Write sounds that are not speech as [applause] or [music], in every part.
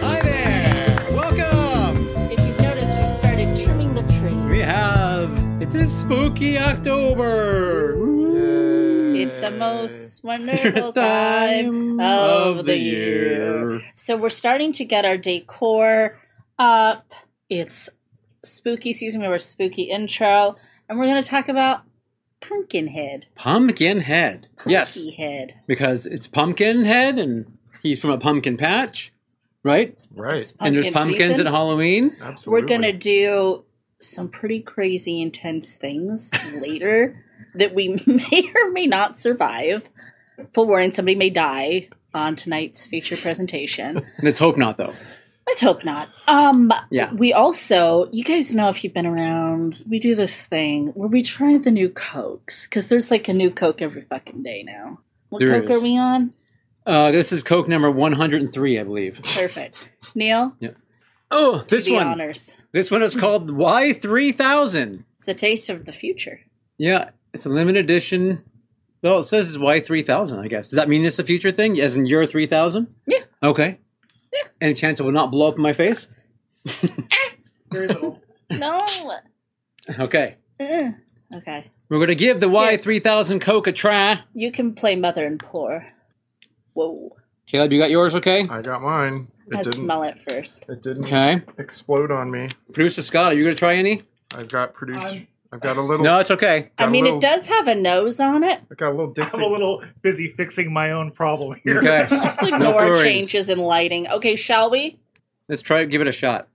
Hi there! Welcome! If you've noticed, we've started trimming the tree. We have. It is spooky October! It's the [laughs] most wonderful time of the year. So we're starting to get our decor up. It's spooky season. We have our spooky intro, and we're going to talk about Pumpkinhead. Pumpkin head. Yes, Pumpkinhead. because it's pumpkin head and he's from a pumpkin patch, right? Right. It's and there's pumpkin pumpkins season. at Halloween. Absolutely. We're going to do some pretty crazy, [laughs] intense things later that we [laughs] may or may not survive. Full warning: somebody may die on tonight's feature presentation. Let's hope not, though. Let's hope not. Um, Yeah. We also, you guys know if you've been around, we do this thing where we try the new cokes because there's like a new coke every fucking day now. What There coke is. are we on? Uh, this is Coke number 103, I believe. Perfect. Neil, Oh, this the one. honors. This one is called Y3000. It's the taste of the future. Yeah, it's a limited edition. Well, it says it's Y three thousand. I guess does that mean it's a future thing? As in year three thousand? Yeah. Okay. Yeah. Any chance it will not blow up in my face? [laughs] No. Okay. Mm. okay. We're gonna give the Y three thousand Coke a try. You can play mother and poor. Whoa. Caleb, you got yours, okay? I got mine. It I didn't. smell it first. It didn't Okay. explode on me. Producer Scott, are you gonna try any? I've got produced. Um, I've got a little. No, it's okay. I Got a mean, little- it does have a nose on it. I got a little Dixie. I'm a little busy fixing my own problem here. [laughs] Okay. [laughs] Let's ignore worries. changes in lighting. Okay, shall we? Let's try. Give it a shot.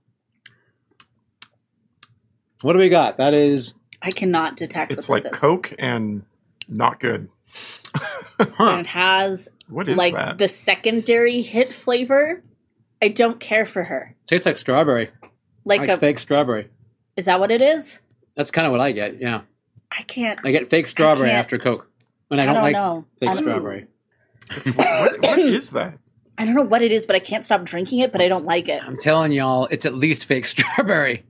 What do we got? That is, I cannot detect it's what like this is. Coke and not good. huh? It has What is like that? the secondary hit flavor. I don't care for her. Tastes like strawberry, Like, like, a, fake strawberry. is that what it is? That's kind of what I get. Yeah, I can't. I get fake strawberry can't- after Coke, and I I don't, don't, like know. fake I don't, strawberry. It's- [clears throat] what, what is that? I don't know what it is, but I can't stop drinking it. But I don't like it. I'm telling y'all, it's at least fake [laughs] strawberry.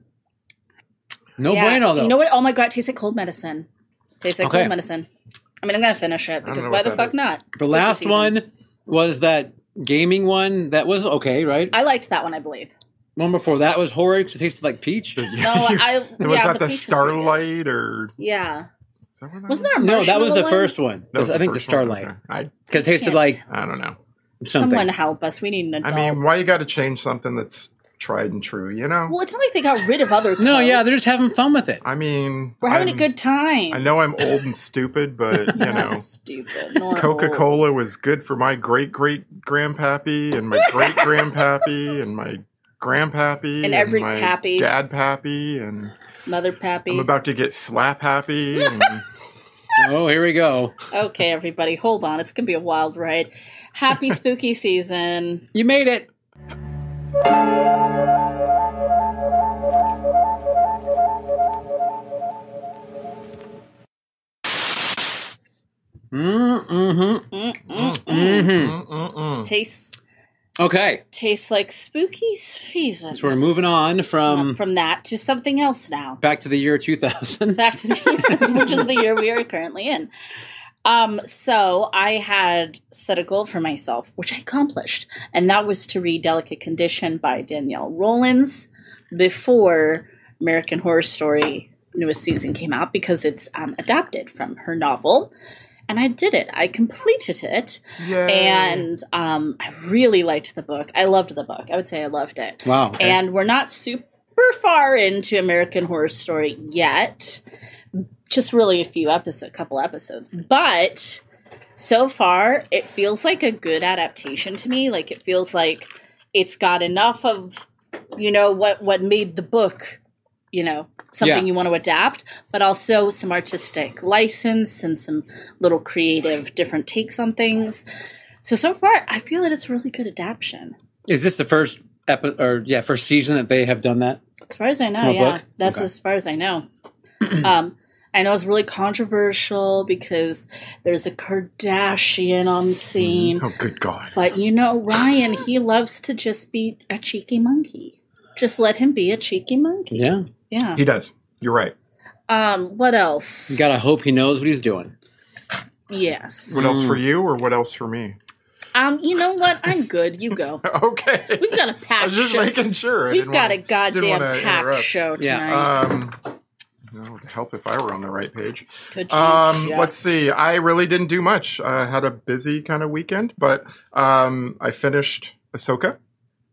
No Yeah. bueno though. You know what? Oh my god, it tastes like cold medicine. Tastes like Okay. cold medicine. I mean, I'm gonna finish it don't because know why what the that fuck is. not? It's the spooky last season. one was that gaming one that was okay, right? I liked that one, [laughs] I believe. one before that was horrid because it tasted like peach. No, [laughs] I it was yeah, that the peach was good. Starlight or? Yeah, Is that what that wasn't there a No, that was marshmallow the one? first one. That was I the think the first one, Starlight. okay. I, 'Cause it tasted Can't. like I don't know. something. Someone help us. We need an adult. I mean, why you got to change something that's tried and true? You know. well, it's not like they got rid of other. [laughs] no, Coke. yeah, they're just having fun with it. I mean, we're having I'm- a good time. I know I'm old and stupid, but [laughs] you know. stupid. normal. Coca Cola was good for my great great grandpappy and my great [laughs] grandpappy and my grandpappy And every my pappy. dad pappy and Mother Pappy. I'm about to get slap [laughs] happy and oh, here we go. okay, everybody, hold on. It's gonna be a wild ride. [laughs] Happy spooky season. You made it. Mm, mm-hmm. Mm. Mm-mm. Mm-hmm. Mm-mm-mm. mm. Tastes Okay. tastes like spooky season. So we're moving on from Uh, from that to something else now. back to the year [laughs] 2000. Back to the which is the year we are currently in. Um, so I had set a goal for myself, which I accomplished, and that was to read Delicate Condition by Danielle Rollins before American Horror Story newest season came out because it's um, adapted from her novel. And I did it. I completed it, Yay. and um, I really liked the book. I loved the book. I would say I loved it. [laughs] Wow. Oh, okay. And we're not super far into American Horror Story yet. Just really a few episode couple episodes. But so far it feels like a good adaptation to me. Like it feels like it's got enough of you know what what made the book, you know, something Yeah. you want to adapt, but also some artistic license and some little creative different takes on things. So so far I feel that it's a really good adaptation. Is this the first epi- or yeah, first season that they have done that? As far as I know, From a yeah, book? [clears throat] that's Okay. as far as I know. um, I know it's really controversial because there's a Kardashian on scene, Oh, good God. but you know Ryan, he loves to just be a cheeky monkey. Just let him be a cheeky monkey. Yeah. Yeah. He does. You're right. Um. What else? You gotta hope he knows what he's doing. Yes. What else Mm. for you or what else for me? [laughs] Um. You know what? I'm good. You go. Okay. We've got a [laughs] I packed was just show. making sure. I We've didn't got a wanna- goddamn wanna packed interrupt. show Yeah, tonight. Um, that would help if I were on the right page. Could you Um, let's just- see. I really didn't do much. I had a busy kind of weekend, but um, I finished Ahsoka.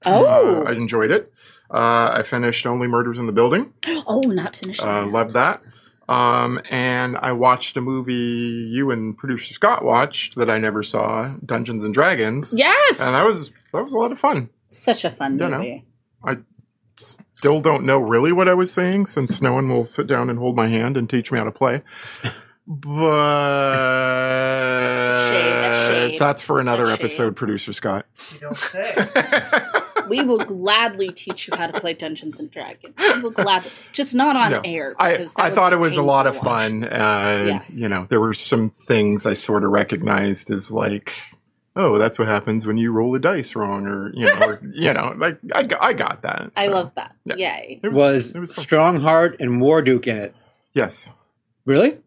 Oh. Uh, I enjoyed it. Uh, I finished Only Murders in the Building. oh, not finished. Uh, yet. loved that. Um, and I watched a movie you and producer Scott watched that I never saw, Dungeons and Dragons. yes. And that was that was a lot of fun. Such a fun Dunno. movie. Still don't know really what I was saying since no one will sit down and hold my hand and teach me how to play. But That's a shade. that's for another That's a shade. episode, [laughs] producer Scott. You don't say. We will gladly teach you how to play Dungeons and Dragons. We will gladly, just not on No. air. I, because that I would thought be it was a painful lot of to watch. fun. Uh, Yes. You know, there were some things I sort of recognized as like, oh, that's what happens when you roll a dice wrong, or you know, [laughs] or, you know, like I, g- I got that. I so. love that. Yeah. Yay! It Was, it was fun. Strongheart and War Duke in it? yes, Really?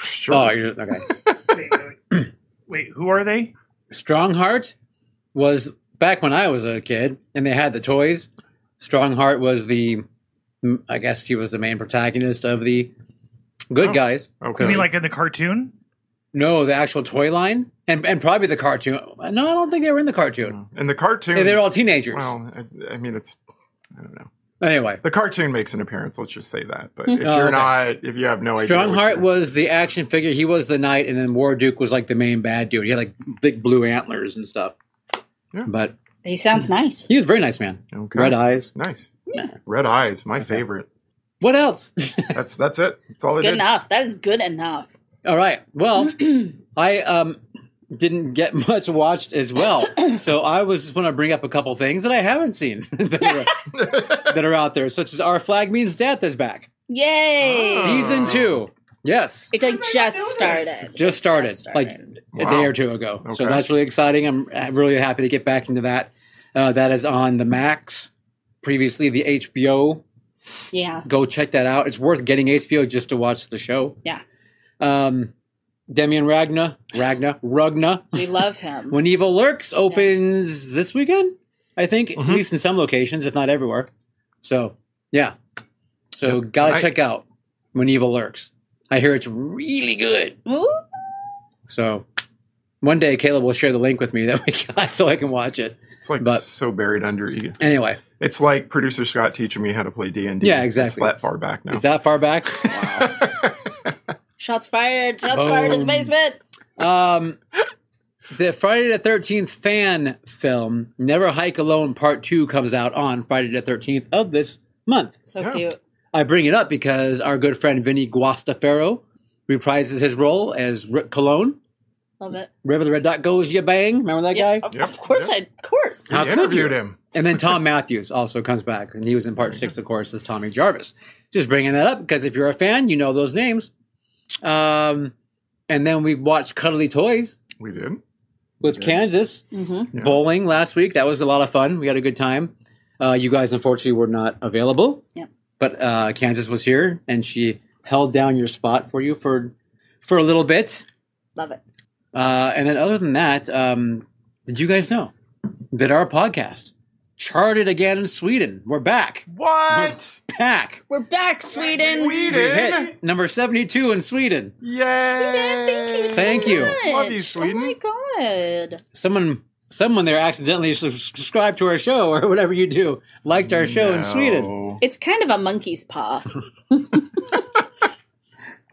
sure. Oh, you're, okay. Wait, wait. Wait, who are they? Strongheart was back when I was a kid, and they had the toys. Strongheart was the, mm, I guess he was the main protagonist of the good Oh, guys. okay. You mean like in the cartoon? No, the actual toy line, and and probably the cartoon. No, I don't think they were in the cartoon. and the cartoon. They, they were all teenagers. well, I, I mean, it's I don't know. anyway, The cartoon makes an appearance. Let's just say that. But if Oh, you're okay. not, if you have no idea, what Strongheart you're- was the action figure. He was the knight, and then War Duke was like the main bad dude. He had like big blue antlers and stuff. Yeah. But He sounds nice. he was a very nice man. okay. Red eyes. Nice. Red eyes, my favorite. What else? That's that's Oh, it. That's all It's good I did. enough. That is good enough. All right. Well, I um didn't get [laughs] much watched as well, so I was just want to bring up a couple things that I haven't seen [laughs] that are, that are out there, such as "Our Flag Means Death" is back, Yay! Oh. season two. Yes, It like just started. just started, like started. a Wow. day or two ago. So Okay. that's really exciting. I'm, I'm really happy to get back into that. Uh, that is on the Max, previously the HBO yeah. go check that out. It's worth getting HBO just to watch the show. Yeah. Um, Demian Ragna, Ragna, Rugna, We love him. When Evil Lurks opens this weekend, I think, Mhm. at least in some locations, if not everywhere. So, yeah. So, gotta I- check out When Evil Lurks. I hear it's really good. Ooh, So, one day Caleb will share the link with me that we got [laughs] so I can watch it. It's like But- so buried under you. Anyway, It's like producer Scott teaching me how to play D and D. Yeah, exactly. It's that far back now. is that far back? [laughs] [laughs] shots fired! Shots fired in the Boom. basement. Um, the Friday the Thirteenth fan film "Never Hike Alone" Part Two comes out on Friday the Thirteenth of this month. So Yeah. cute. I bring it up because our good friend Vinny Guastafaro reprises his role as Rick Cologne. Love it. River the Red Dot goes, ya bang! Remember that Yeah, guy? of, Yeah, of course, yeah. I of course. How we could interviewed you? him. And then Tom Matthews also comes back, and he was in Part Six, of course, as Tommy Jarvis. Just bringing that up because if you're a fan, you know those names. Um, and then we watched Cuddly Toys We did. with Yeah. Kansas. hmm Yeah. bowling last week. That was a lot of fun. We had a good time. Uh, you guys, unfortunately, were not available. Yep. But uh, Kansas was here, and she held down your spot for you for for a little bit. Love it. Uh, and then, other than that, um, did you guys know that our podcast charted again in Sweden? We're back, What? back. We're back, Sweden. We Sweden. hit number seventy-two in Sweden. Yay! Thank you. Love you, much. Sweden. Oh my god. Someone. Someone there accidentally subs- subscribed to our show or [laughs] whatever you do liked our show in Sweden. No. It's kind of a monkey's [laughs] paw.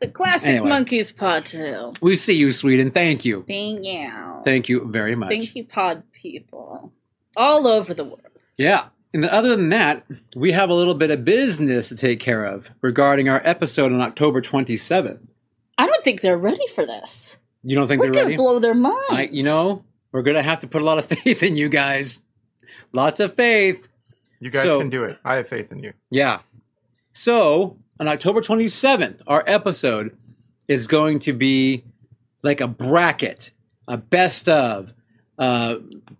the classic Anyway. monkey's paw too. We see you, Sweden. Thank you. Thank you. Thank you very much. Thank you, pod people. All over the world. Yeah. And other than that, we have a little bit of business to take care of regarding our episode on October 27th. I don't think they're ready for this. You don't think We're they're gonna ready? blow their minds. I, you know, we're going to have to put a lot of [laughs] faith in you guys. Lots of faith. You guys So- can do it. I have faith in you. Yeah. So on October 27th, our episode is going to be like a bracket, a best of uh,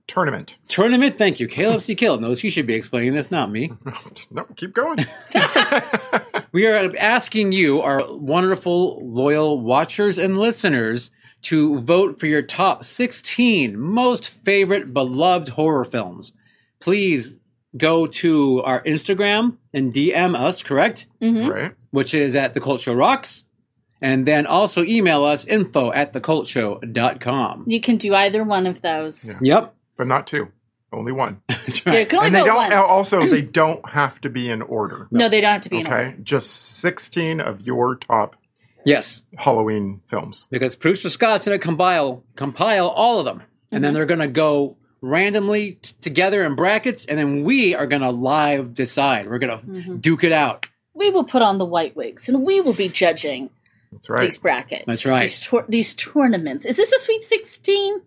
Tournament. tournament. Thank you. Caleb C. Kill knows he should be explaining this, not me. [laughs] No, keep going. We are asking you, our wonderful, loyal watchers and listeners, to vote for your top 16 most favorite beloved horror films. Please go to our Instagram and DM us, correct? hmm right. Which is at The Cult Show Rocks. And then also email us info at thecultshow.com. You can do either one of those. Yeah. Yep. [laughs] But not two. Only one. That's You right. can only and they vote don't once. also [clears throat] they don't have to be in order. no, they don't have to be in order. Okay. Just 16 of your top Yes. Halloween films. because producer Scott's going to compile compile all of them, and then they're going to go randomly t- together in brackets, and then we are going to live decide. We're going to Mhm. duke it out. We will put on the white wigs and we will be judging That's right. these brackets. That's right. These, tour- these tournaments. Is this a Sweet 16?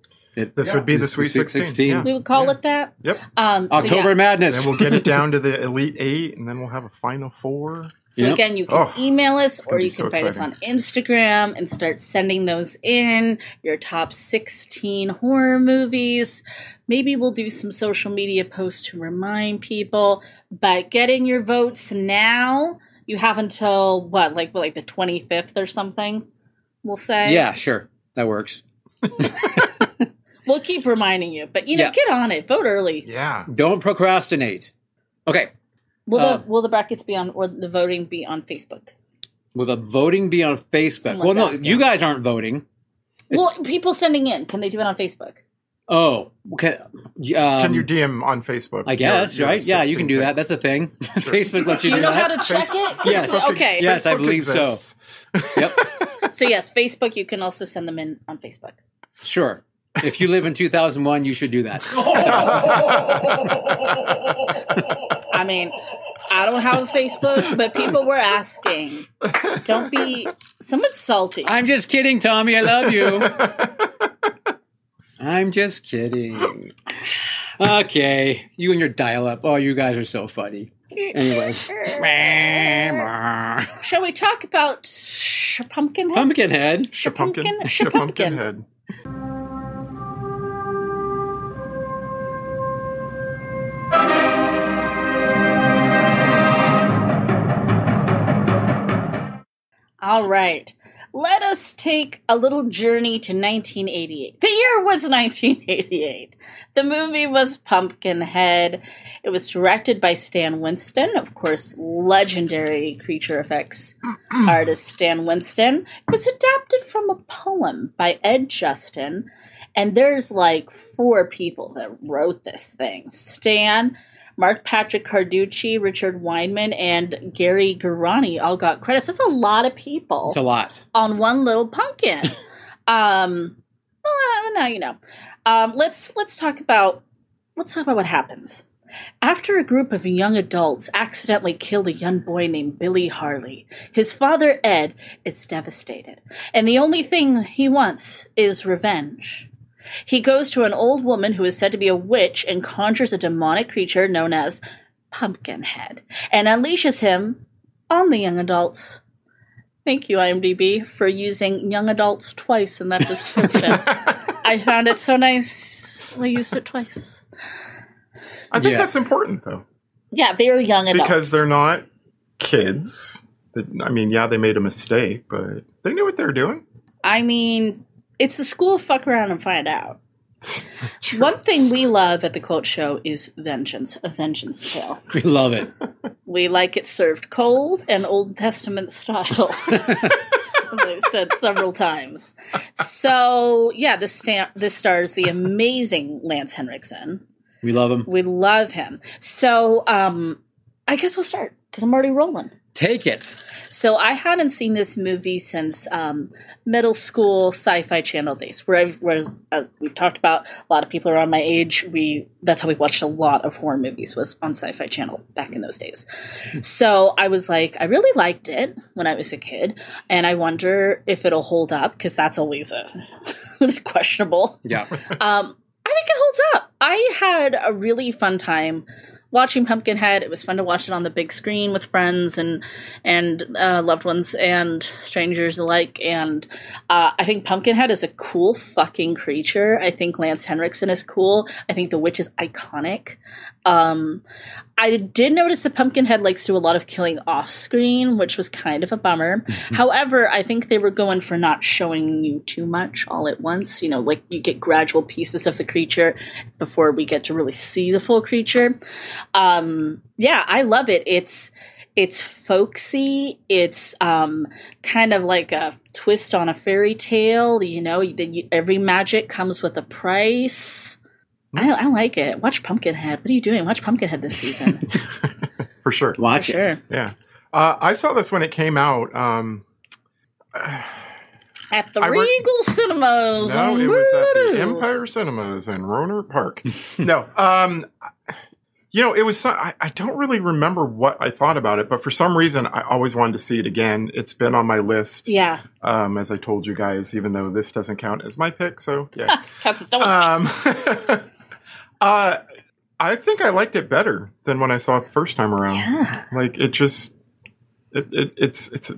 This would be the Sweet 16. yeah. We would call it that. [laughs] Yep. Um, so October yeah. Madness. [laughs] Then we'll get it down to the Elite Eight, and then we'll have a Final Four. So Yep. again, you can Oh, email us gonna or be you so can find us on Instagram and start sending those in. Your top 16 horror movies. Maybe we'll do some social media posts to remind people. But get in your votes now. You have until what, like like the 25th or something. We'll say. yeah, sure, that works. We'll keep reminding you, but you know, Yeah. get on it. Vote early. Yeah. Don't procrastinate. Okay, Will Uh, the will the brackets be on or the voting be on Facebook? will the voting be on Facebook? Someone's well, no, asking. you guys aren't voting. It's- well, people sending in, can they do it on Facebook? Oh, okay. Can um, you DM on Facebook? I guess, your- your right? Yeah, you can 16 do that. picks? That's a thing. [laughs] Sure. Facebook lets Do you you do know how that. to check it? Yes. Okay. Yes, I Facebook believe so. exists. [laughs] So yes, Facebook. You can also send them in on Facebook. Sure. If you live in 2001, you should do that. I mean, I don't have a Facebook, but people were asking. Don't be somewhat salty. I'm just kidding, Tommy. I love you. [laughs] I'm just kidding. Okay, you and your dial-up. Oh, you guys are so funny. [laughs] Anyway, Shall we talk about sh- pumpkin Um, head? Pumpkinhead. Sh- Pumpkin, pumpkin- sh- Sh- pumpkin. pumpkin head. All right. Let us take a little journey to 1988. The year was 1988. The movie was Pumpkinhead. It was directed by Stan Winston, of course, legendary creature effects artist Stan Winston. It was adapted from a poem by Ed Justin, and there's like four people that wrote this thing. Stan, Mark Patrick Carducci, Richard Weinman, and Gary Garani all got credits. That's a lot of people It's a lot. on one little pumpkin. um, well, now you know. Um, let's let's talk about let's talk about what happens after a group of young adults accidentally kill a young boy named Billy Harley. His father Ed is devastated, and the only thing he wants is revenge. He goes to an old woman who is said to be a witch and conjures a demonic creature known as Pumpkinhead and unleashes him on the young adults. Thank you, IMDb, for using young adults twice in that [laughs] description. I found it so nice. We used it twice. I think Yeah. that's important though, Yeah, they are young adults. because they're not kids. That- I mean, yeah, they made a mistake, but they knew what they were doing. I mean, it's the school fuck around and find [laughs] out. One thing we love at the Cult Show is vengeance, a vengeance tale. We love it. We like it served cold and Old Testament style, [laughs] as I said several times. So, yeah, this, sta- this stars the amazing Lance Henriksen, We love him. We love him. So um I guess I'll start because I'm already rolling. Take it. So I hadn't seen this movie since um, middle school sci-fi channel days, where I've, where uh, we've talked about a lot of people around my age. We that's how we watched a lot of horror movies was on sci-fi channel back in those days. so I was like, I really liked it when I was a kid, and I wonder if it'll hold up because that's always a [laughs] questionable Yeah. um, I think it holds up. I had a really fun time watching Pumpkinhead. It was fun to watch it on the big screen with friends and and uh, loved ones and strangers alike. And uh, I think Pumpkinhead is a cool fucking creature. I think Lance Henriksen is cool. I think the witch is iconic. Um, I did notice that Pumpkinhead likes to do a lot of killing off screen, which was kind of a bummer. However, I think they were going for not showing you too much all at once. You know, like you get gradual pieces of the creature before we get to really see the full creature. Um, yeah, I love it. It's it's folksy. It's um, kind of like a twist on a fairy tale. You know, you- every magic comes with a price. I, I like it. Watch Pumpkinhead. What are you doing? Watch Pumpkinhead this season. For for sure. Watch it. sure. Yeah. Uh, I saw this when it came out. Um, At the I work- Regal Cinemas. no, on it was at the Boo. Empire Cinemas in Roner Park. [laughs] no, um, you know, it was. so- I, I don't really remember what I thought about it, but for some reason, I always wanted to see it again. It's been on my list, Yeah. um, as I told you guys. Even though this doesn't count as my pick, so yeah. That's it's no one's um, [laughs] uh, I think I liked it better than when I saw it the first time around. Yeah. like it just it, it it's it's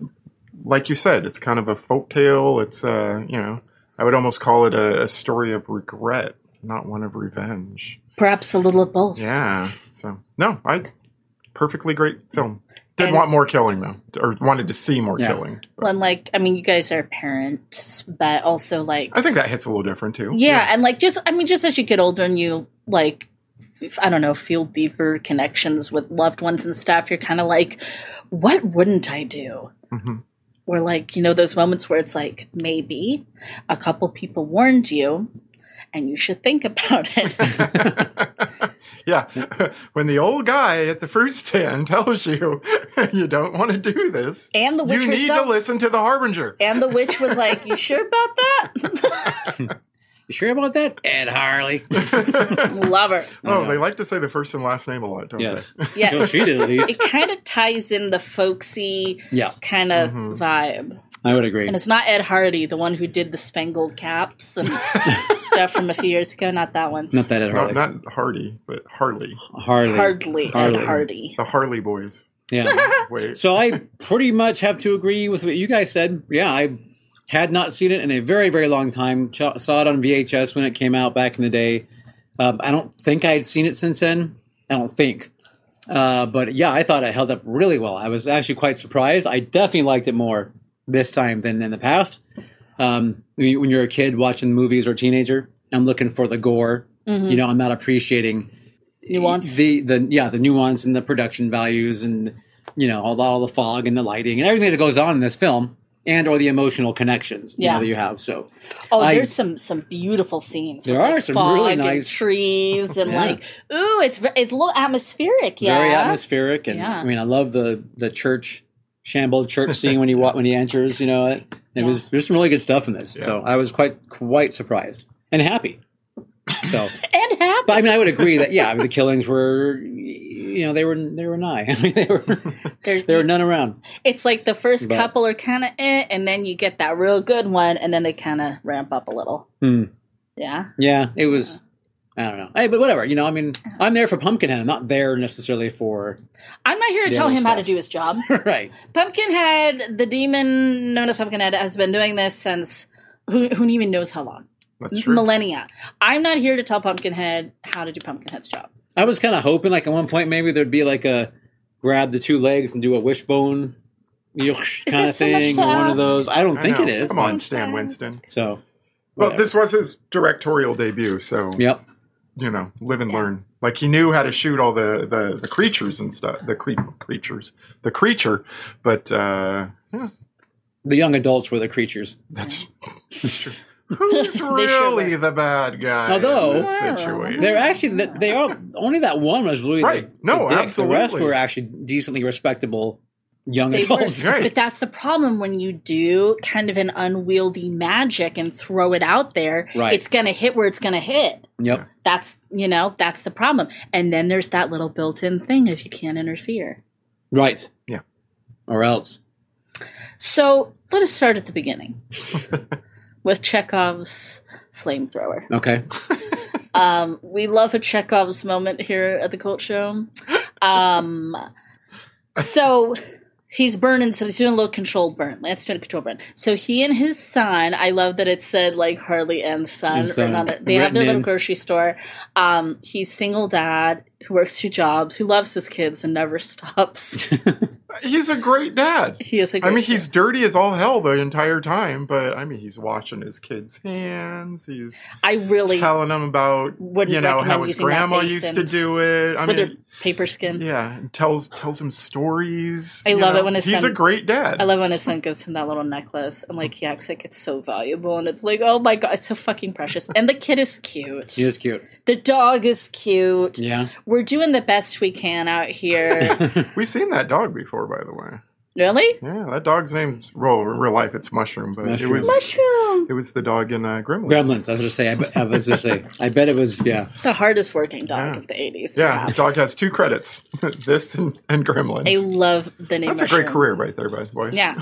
like you said it's kind of a folk tale it's uh you know i would almost call it a, a story of regret not one of revenge Perhaps a little of both. yeah so no i perfectly great film did And- want more killing though or wanted to see more Yeah. killing but And like, I mean, you guys are parents, but also like, i think that hits a little different too yeah, and like, just I mean, just as you get older and you like, f- I don't know, feel deeper connections with loved ones and stuff, you're kind of like, what wouldn't I do? Mhm. Or like, you know, those moments where it's like, maybe a couple people warned you, and you should think [laughs] about it. [laughs] yeah when the old guy at the fruit stand [laughs] tells you you don't want to do this and the witch you need herself. to listen to the harbinger [laughs] and the witch was like, "You sure about that?" [laughs] You sure about that, Ed Harley? Love her. Oh, Yeah. they like to say the first and last name a lot, don't yes. Yeah, Well, she did at least. it kind of ties in the folksy Yeah, kind of Mm-hmm. Mhm. vibe. I would agree. And it's not Ed Hardy, the one who did the spangled caps [laughs] and stuff from a few years ago. Not that one. Not that Ed they? Harley. Not, not Hardy, but Harley. Harley. Hardly, Hardly. Ed Hardy. The Harley Boys. Yeah. Wait. [laughs] So I pretty much have to agree with what you guys said. Yeah, I had not seen it in a very, very long time. Ch- saw it on VHS when it came out back in the day. Um, I don't think I had seen it since then. I don't think. Uh, but yeah, I thought it held up really well. I was actually quite surprised. I definitely liked it more this time than in the past. Um, when you- when you're a kid watching movies or a teenager, I'm looking for the gore. Mhm. You know, I'm not appreciating Nuance. the the yeah the nuance and the production values and you know all, all the fog and the lighting and everything that goes on in this film and or the emotional connections you know, Yeah. that you have so oh, I- there's some some beautiful scenes. with, There are like, some fog really and nice- trees and Yeah. like, ooh, it's ve- it's a little atmospheric. Yeah, very atmospheric and Yeah. I mean I love the the church shambled church scene when he wa- when he enters you [laughs] know it, it was there's some really good stuff in this Yeah. so I was quite quite surprised and happy so and happy. but I mean I would agree that yeah I mean, the killings were you know they were they were nigh [laughs] I mean they were There's- there were none around It's like the first But- couple are kind of eh, and then you get that real good one, and then they kind of ramp up a little. Hmm. Yeah. Yeah, it was. I don't know. Hey, but whatever. You know, I mean, I'm there for Pumpkinhead. I'm not there necessarily for [laughs] I'm not here to The tell other him how to stuff. do his job. right. Pumpkinhead, the demon known as Pumpkinhead, has been doing this since who, who even knows how long? That's true. Millennia. I'm not here to tell Pumpkinhead how to do Pumpkinhead's job. I was kind of hoping, like at one point, maybe there'd be like a grab the two legs and do a wishbone that kind of so much thing, to or one ask? of those. I don't I think it know. is. Come on, Stan Winston. So, Well, whatever. this was his directorial debut, so Yep. you know, live and learn. Like he knew how to shoot all the the, the creatures and stuff, the cre- creatures, the creature, but uh, yeah, The young adults were the creatures. that's, [laughs] that's true. Who's sure really were. the bad guy Although- in this Wow. situation? They're actually th- they are only that one was really Right. The, the No, dick. The rest absolutely. were actually decently respectable young They were, adults. Right. but that's the problem when you do kind of an unwieldy magic and throw it out there. Right. It's gonna hit where it's gonna hit. Yep. That's you know that's the problem. And then there's that little built-in thing if you can't interfere. Right. Yeah. Or else. So let us start at the beginning with Chekhov's flamethrower. Okay. Um, we love a Chekhov's moment here at the Cult Show. Um, so he's burning, so he's doing a little controlled burn. Lance doing a controlled burn. So he and his son, I love that it said like Harley and son. And son. written on it. They have their Written little in. grocery store. Um, he's single dad who works two jobs, who loves his kids and never [laughs] stops. He's a great dad. he is a I mean, great he's dirty as all hell the entire time, but I mean, he's washing his kids' hands. He's dad. I really telling them about Wouldn't you know how recommend his using that grandma basin. used to do it. I with their mean, paper skin. yeah, and tells tells him stories. I you love it know. when his he's son- a great dad. I love when his son gives him that little necklace and like he acts like it's so valuable and it's like, oh my god, it's so fucking precious. And the kid is cute. She is cute. The dog is cute. Yeah. We're doing the best we can out [laughs] here. We've seen that dog before, by the way. really? Yeah, that dog's name's well, in real life it's Mushroom, but Mushroom. it was Mushroom. it was the dog in uh, Gremlins. Gremlins. I was gonna say. I, bet- I was gonna say. I bet it was. Yeah. It's the hardest working dog Yeah. of the eighties. Yeah, the dog has two credits: [laughs] this and, and Gremlins. I love the name. That's a great Mushroom. career right there, by the way. Yeah.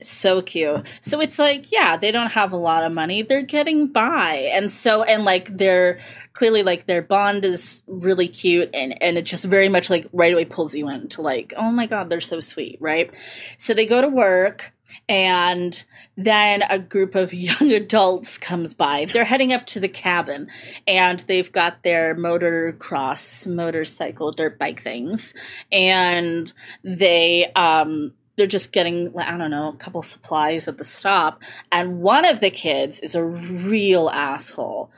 so cute. So it's like, yeah, they don't have a lot of money. They're getting by. And so and like they're clearly like their bond is really cute and and it just very much like right away pulls you in to like, oh my god, they're so sweet, right? So they go to work and then a group of [laughs] young adults comes by. They're heading up to the cabin and they've got their motor cross motorcycle dirt bike things and they um they're just getting i don't know a couple supplies at the stop and one of the kids is a real asshole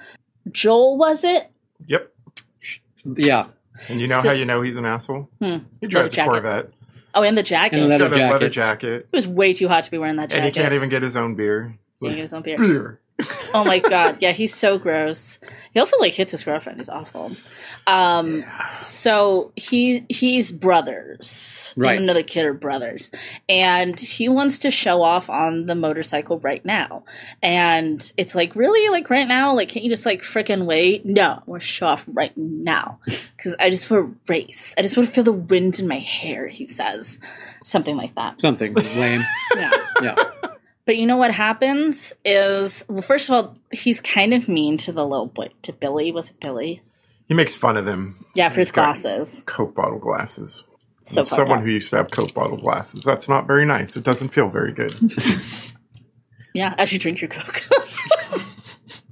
joel was it Yep. Yeah. And you know So- how you know he's an asshole? Hmm. He Leather drives a jacket. Corvette. oh and the jacket And leather He's got a leather jacket. jacket, it was way too hot to be wearing that and he jacket can't even get his own beer. Can't get his own beer. Beer. [laughs] oh my god yeah he's so gross he also like hits his girlfriend he's awful um so he he's brothers Right. Him and another kid are brothers and he wants to show off on the motorcycle right now and it's like really like right now like can't you just like freaking wait no we're show off right now [laughs] because i just want to race i just want to feel the wind in my hair he says something like that Something lame. yeah Yeah. [laughs] but you know what happens is, well, first of all, he's kind of mean to the little boy, to Billy. Was it Billy? He makes fun of them. Yeah, for his He's got glasses. Coke bottle glasses. So fucked Someone up. who used to have Coke bottle glasses. That's not very nice. It doesn't feel [laughs] very good. yeah, as you drink your coke.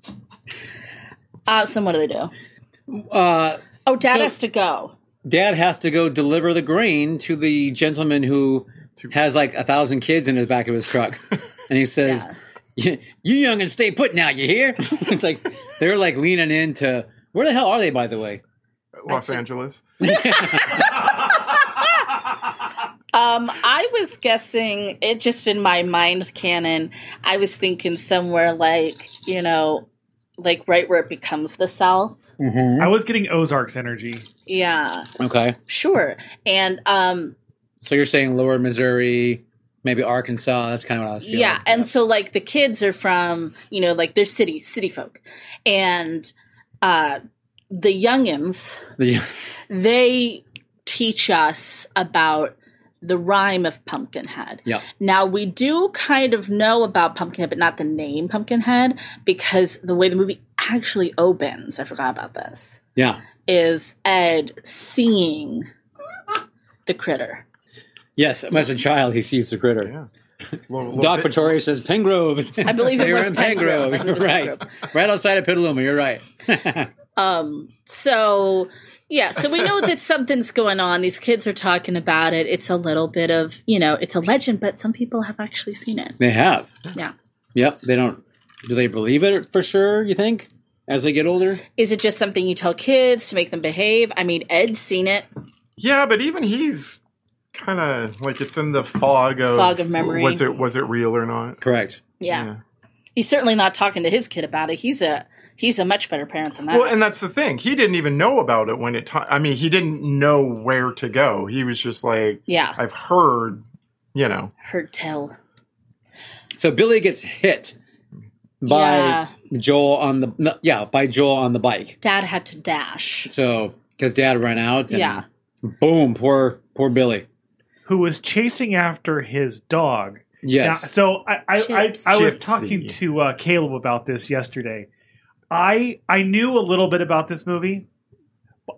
[laughs] uh, so what do they do? Uh, Oh, Dad So- has to go. Dad has to go deliver the grain to the gentleman who has like a thousand kids in the back of his truck, and he says, Yeah. "You you young and stay put now. You hear?" [laughs] it's like they're like leaning into. Where the hell are they, by the way? Los Angeles. Um, I was guessing it just in my mind canon. I was thinking somewhere like you know, like right where it becomes the South. I was getting Ozarks energy. Yeah, Okay, sure. And um, so you're saying Lower Missouri, maybe Arkansas. That's kind of what I was feeling. yeah and so like the kids are from you know like they're city city folk and uh the youngins The- they teach us about the rhyme of Pumpkinhead. Yeah. Now we do kind of know about Pumpkinhead, but not the name Pumpkinhead because the way the movie actually opens, I forgot about this, yeah, is Ed seeing the critter. yes. As a child, he sees the critter. Yeah. Little- little Doc bit- Pretorius says Pengrove. I believe [laughs] it They were was in Pengrove. I believe it was right, right outside of Petaluma. You're right. [laughs] Um, so yeah, so we know that something's going on. These kids are talking about it. It's a little bit of, you know, it's a legend, but some people have actually seen it. They have. Yeah. Yep. They don't. Do they believe it for sure? You think as they get older? Is it just something you tell kids to make them behave? I mean, Ed's seen it. Yeah, but even he's kind of like it's in the fog of Fog of memory. Was it was it real or not? Correct. Yeah. He's certainly not talking to his kid about it. He's a he's a much better parent than that. Well, and that's the thing. He didn't even know about it when it. ti I mean, he didn't know where to go. He was just like, yeah. I've heard, you know. Heard tell. So Billy gets hit by Yeah. Joel on the no, yeah by Joel on the bike. Dad had to dash. So because Dad ran out. And Yeah. Boom. Poor poor Billy. Who was chasing after his dog. Yes. Now, so I I, I, Chips. I was Gypsy. talking to uh, Caleb about this yesterday. I I knew a little bit about this movie.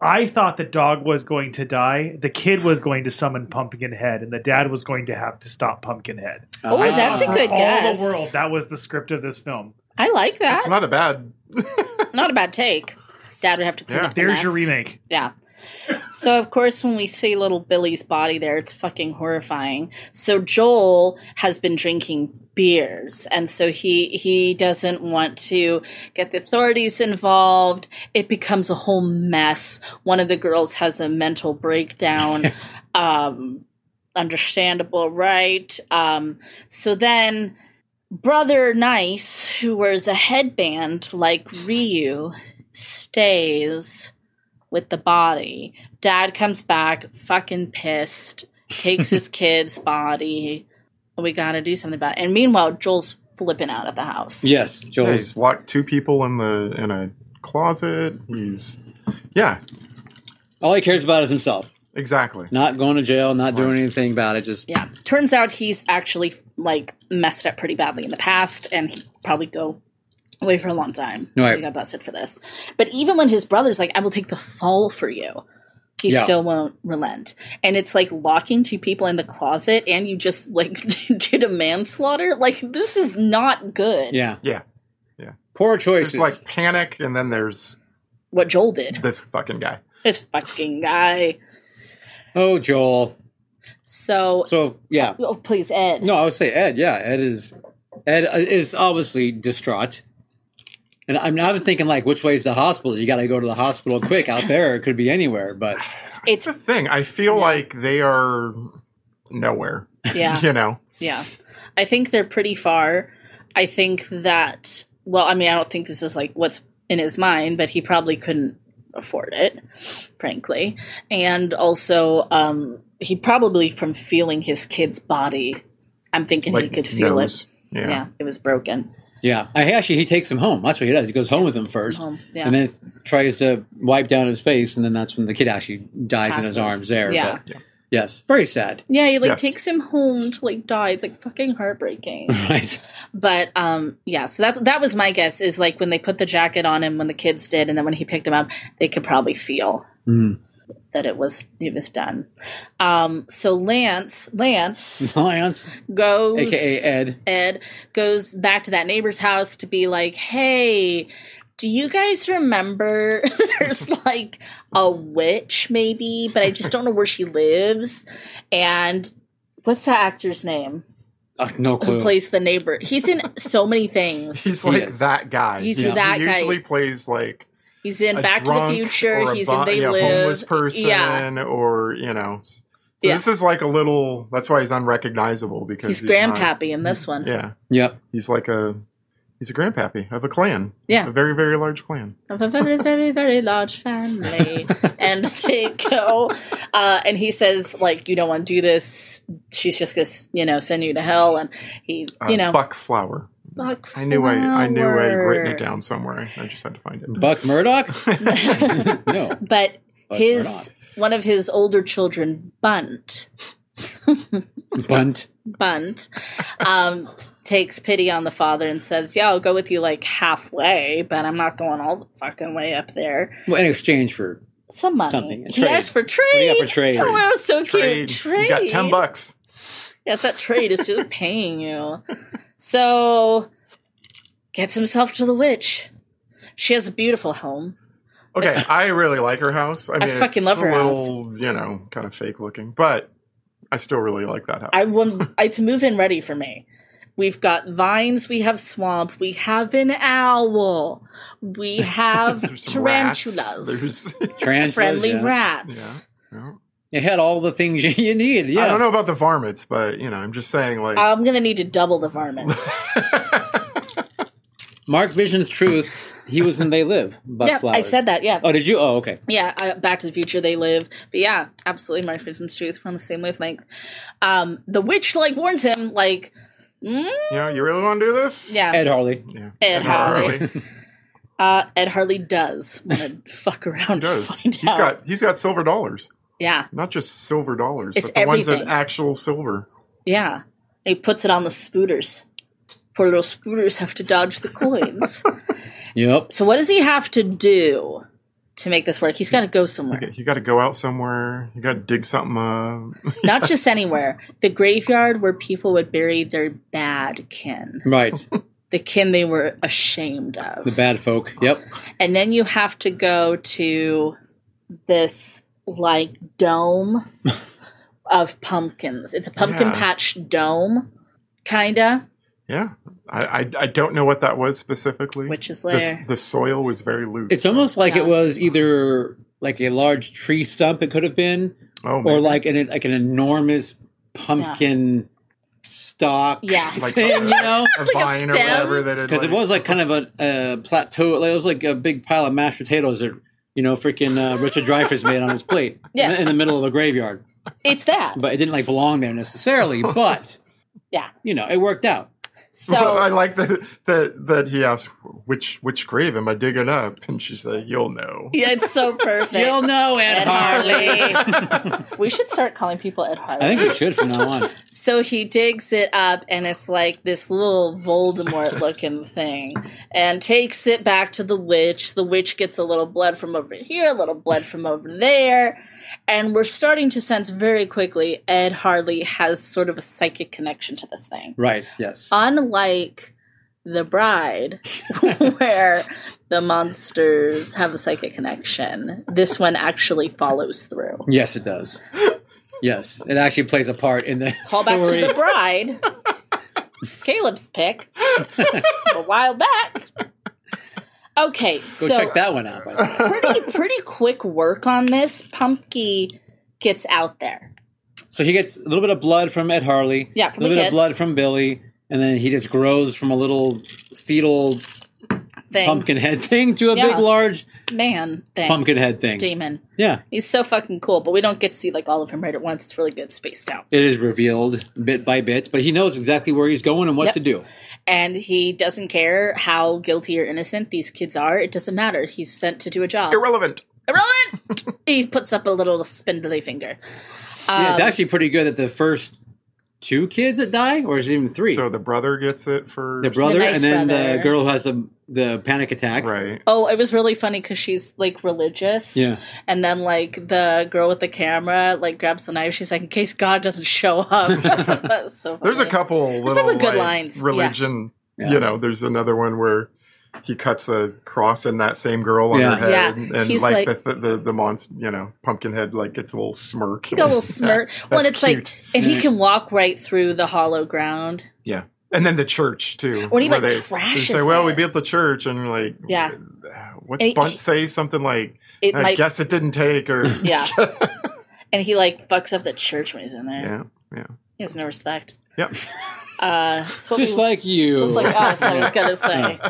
I thought the dog was going to die. The kid was going to summon Pumpkinhead, and the dad was going to have to stop Pumpkinhead. Oh, I that's a Ah. thought for good all guess. the world, that was the script of this film. I like that. It's not a bad. Not-, a bad take. Dad would have to clean Yeah. up. the There's your mess. remake. Yeah. So of course, when we see little Billy's body there, it's fucking horrifying. So Joel has been drinking beers, and so he he doesn't want to get the authorities involved. It becomes a whole mess. One of the girls has a mental breakdown. um, understandable, right? Um, so then. Brother Nice, who wears a headband like Ryu, stays with the body. Dad comes back fucking pissed, takes his kid's body. We gotta do something about it. And meanwhile, Joel's flipping out of the house. Yes, Yeah, Joel's he's locked two people in the in a closet. He's yeah, all he cares about is himself. exactly. Not going to jail, not doing Right. anything about it. Just Yeah. Turns out he's actually like messed up pretty badly in the past and he probably go away for a long time. Right. He got busted for this. But even when his brother's like, I will take the fall for you. He Yeah. still won't relent. And it's like locking two people in the closet and you just like [laughs] did a manslaughter. Like this is not good. yeah, Yeah, yeah. Poor choices. There's like panic, and then there's What Joel did. this fucking guy. This fucking guy. oh, Joel. So, So yeah, oh, please, Ed. no, I would say Ed. Yeah, Ed is Ed uh, is obviously distraught. And I'm, I'm thinking like, which way is the hospital? You got to go to the hospital quick out there. It could be anywhere, but [laughs] It's a thing. I feel Yeah. like they are nowhere. Yeah, You know, yeah. I think they're pretty far. I think that, well, I mean, I don't think this is like what's in his mind, but he probably couldn't afford it, frankly. And also, um, he probably, from feeling his kid's body, I'm thinking he could feel nose. it. Yeah. Yeah. it was broken. yeah, I actually he takes him home. That's what he does. He goes home with him first, Home. Yeah. and then tries to wipe down his face, and then that's when the kid actually dies in his Passes. arms. There, Yeah. but- yes, very sad. [laughs] yeah, he like Yes. takes him home to like die. It's like fucking [laughs] heartbreaking. Right. but um yeah so that's that was my guess is like when they put the jacket on him when the kids did and then when he picked him up they could probably feel Mm. that it was it was done um so lance [laughs] lance Lions, goes aka Ed. ed goes back to that neighbor's house to be like hey do you guys remember [laughs] there's [laughs] like a witch maybe but i just don't know where she lives and what's that actor's name Uh, no who clue. plays the neighbor he's in so [laughs] many things He's He like is. that guy. He's Yeah. that he guy. usually plays like He's in a Back to the drunk or Future. a He's bo- in They yeah, homeless Live. person, Yeah. or you know. So Yeah. this is like a little. That's why he's unrecognizable because He's not- grandpappy in this one. yeah, Yep. he's like a he's a grandpappy of a clan. Yeah. a very very large clan. Of a very, very, very large family. and they go, uh, and he says, like, you don't want to do this. She's just going to, you know, send you to hell. And he, Uh, you know, Buck Flower. Buck I knew I I knew I had written it Flower. down somewhere. I just had to find it. Buck Murdoch? [laughs] no. [laughs] But Buck his, one of his older children, Bunt, Murdoch. Bunt. Bunt um, takes pity on the father and says, Yeah, I'll go with you like halfway, but I'm not going all the fucking way up there. Well, in exchange for Some money. Something, a He trade. asked for trade. what do you got for trade? Oh, that was so [laughs] [laughs] Trade. cute. Trade. You got ten bucks. Yeah, it's not trade. It's [laughs] just paying you. So gets himself to the witch. She has a beautiful home. Okay, It's- I really like her house. I, mean, fucking it's love her a little, You know, kind of fake looking, but I still really like that house. I [laughs] want it's move in ready for me. We've got vines. We have swamp. We have an owl. [laughs] We have There's some rats. tarantulas. There's Tarantulas, Friendly yeah. rats. Yeah. It had all the things [laughs] you, you need. Yeah. I don't know about the varmints, but you know, I'm just saying like I'm gonna need to double the varmints. Mark Vision's truth. He was in They Live. Buck yeah, I Flowers. said that. Yeah, Oh, did you? Oh, okay. Yeah, I, Back to the Future, they live. But yeah, absolutely, Mark Vincent's truth. We're on the same wavelength. Um, the witch like warns him, like, mm, [laughs] you know, you really want to do this? yeah, Ed Ed, Harley. Yeah. Harley. Harley. Uh, Ed Harley does want to fuck He around and does. [laughs] find He's out. got he's got silver dollars, yeah, not just silver dollars, It's but the ones everything. in actual silver. yeah. He puts it on the spooters. Poor little spooters have to dodge the coins. Yep. So what does he have to do to make this work? He's got to go somewhere. You got to go out somewhere. You got to dig something up. [laughs] [laughs] Not just anywhere. The graveyard where people would bury their bad kin. Right. The kin they were ashamed of. The bad folk. Yep. and then you have to go to this like dome [laughs] of pumpkins. It's a pumpkin Yeah. patch dome, kinda, Yeah, I, I I don't know what that was specifically. which is the, s- there. the soil was very loose. It's almost like Yeah. it was either like a large tree stump. It could have been, oh, or man. like an like an enormous pumpkin stalk. Yeah. Like thing, you know. a like a vine or stem. whatever that Because it was like kind of a, a plateau. Like, it was like a big pile of mashed potatoes that you know freaking uh, Richard Dreyfuss made on his plate in the- [laughs] Yes. in the middle of a graveyard. It's that. But it didn't like belong there [laughs] necessarily. But Yeah. you know, it worked out. So I like that that that he asked which which grave am I digging up, and she said, "You'll know." yeah, [laughs] it's so perfect. You'll know Ed, Ed Harley. Harley. we should start calling people Ed Harley. I think we should from now on. So he digs it up, and it's like this little Voldemort looking thing, and takes it back to the witch. The witch gets a little blood from over here, a little blood from over there, and we're starting to sense very quickly Ed Harley has sort of a psychic connection to this thing. Right. Um, Yes. Unlike the bride, [laughs] where the monsters have a psychic connection, this one actually follows through. Yes, it does. Yes, it actually plays a part in the [laughs] Call back story. to [laughs] the bride. Caleb's pick. a while back. Okay, Go so check that one out. by the way. pretty pretty quick work on this. Pumpkin gets out there. So he gets a little bit of blood from Ed Harley. Yeah, a from little the bit kid. of blood from Billy, and then he just grows from a little fetal Thing. pumpkin head thing to a Yeah. big, large Man thing. pumpkin head thing. Demon. Yeah, He's so fucking cool, but we don't get to see like all of him right at once. It's really good spaced out. it is revealed bit by bit, but he knows exactly where he's going and what Yep. to do. And he doesn't care how guilty or innocent these kids are. It doesn't matter. He's sent to do a job. [laughs] Irrelevant. Irrelevant! he puts up a little spindly finger. yeah, it's Um, actually pretty good that the first two kids that die, or is it even three? So the brother gets it for the brother and nice then brother. the girl who has the the panic attack. right? Oh, it was really funny because she's like religious. Yeah. And then like the girl with the camera like grabs the knife. She's like, in case God doesn't [laughs] show up. That's so funny. There's a couple little probably good like, lines, yeah. religion. Yeah. You know, there's another one where he cuts a cross in that same girl on Yeah. her head, Yeah. and, and, He's like, like- the, the the monster, you know, pumpkin head like gets a little smirk. Like a [laughs] little smirk. well, and it's that's like, cute. and he Yeah. can walk right through the hollow ground. Yeah. And then the church too. When he, where like, they trashes say, "Well, we it. built the church," and you're like, Yeah. What's And Bunt he- say? Something like, It "I might, guess it didn't take," or [laughs] [laughs] yeah. and he like fucks up the church when he's in there. yeah, He has no respect. yep. Uh, it's what Just we- like you. just like [laughs] us. I was gonna say,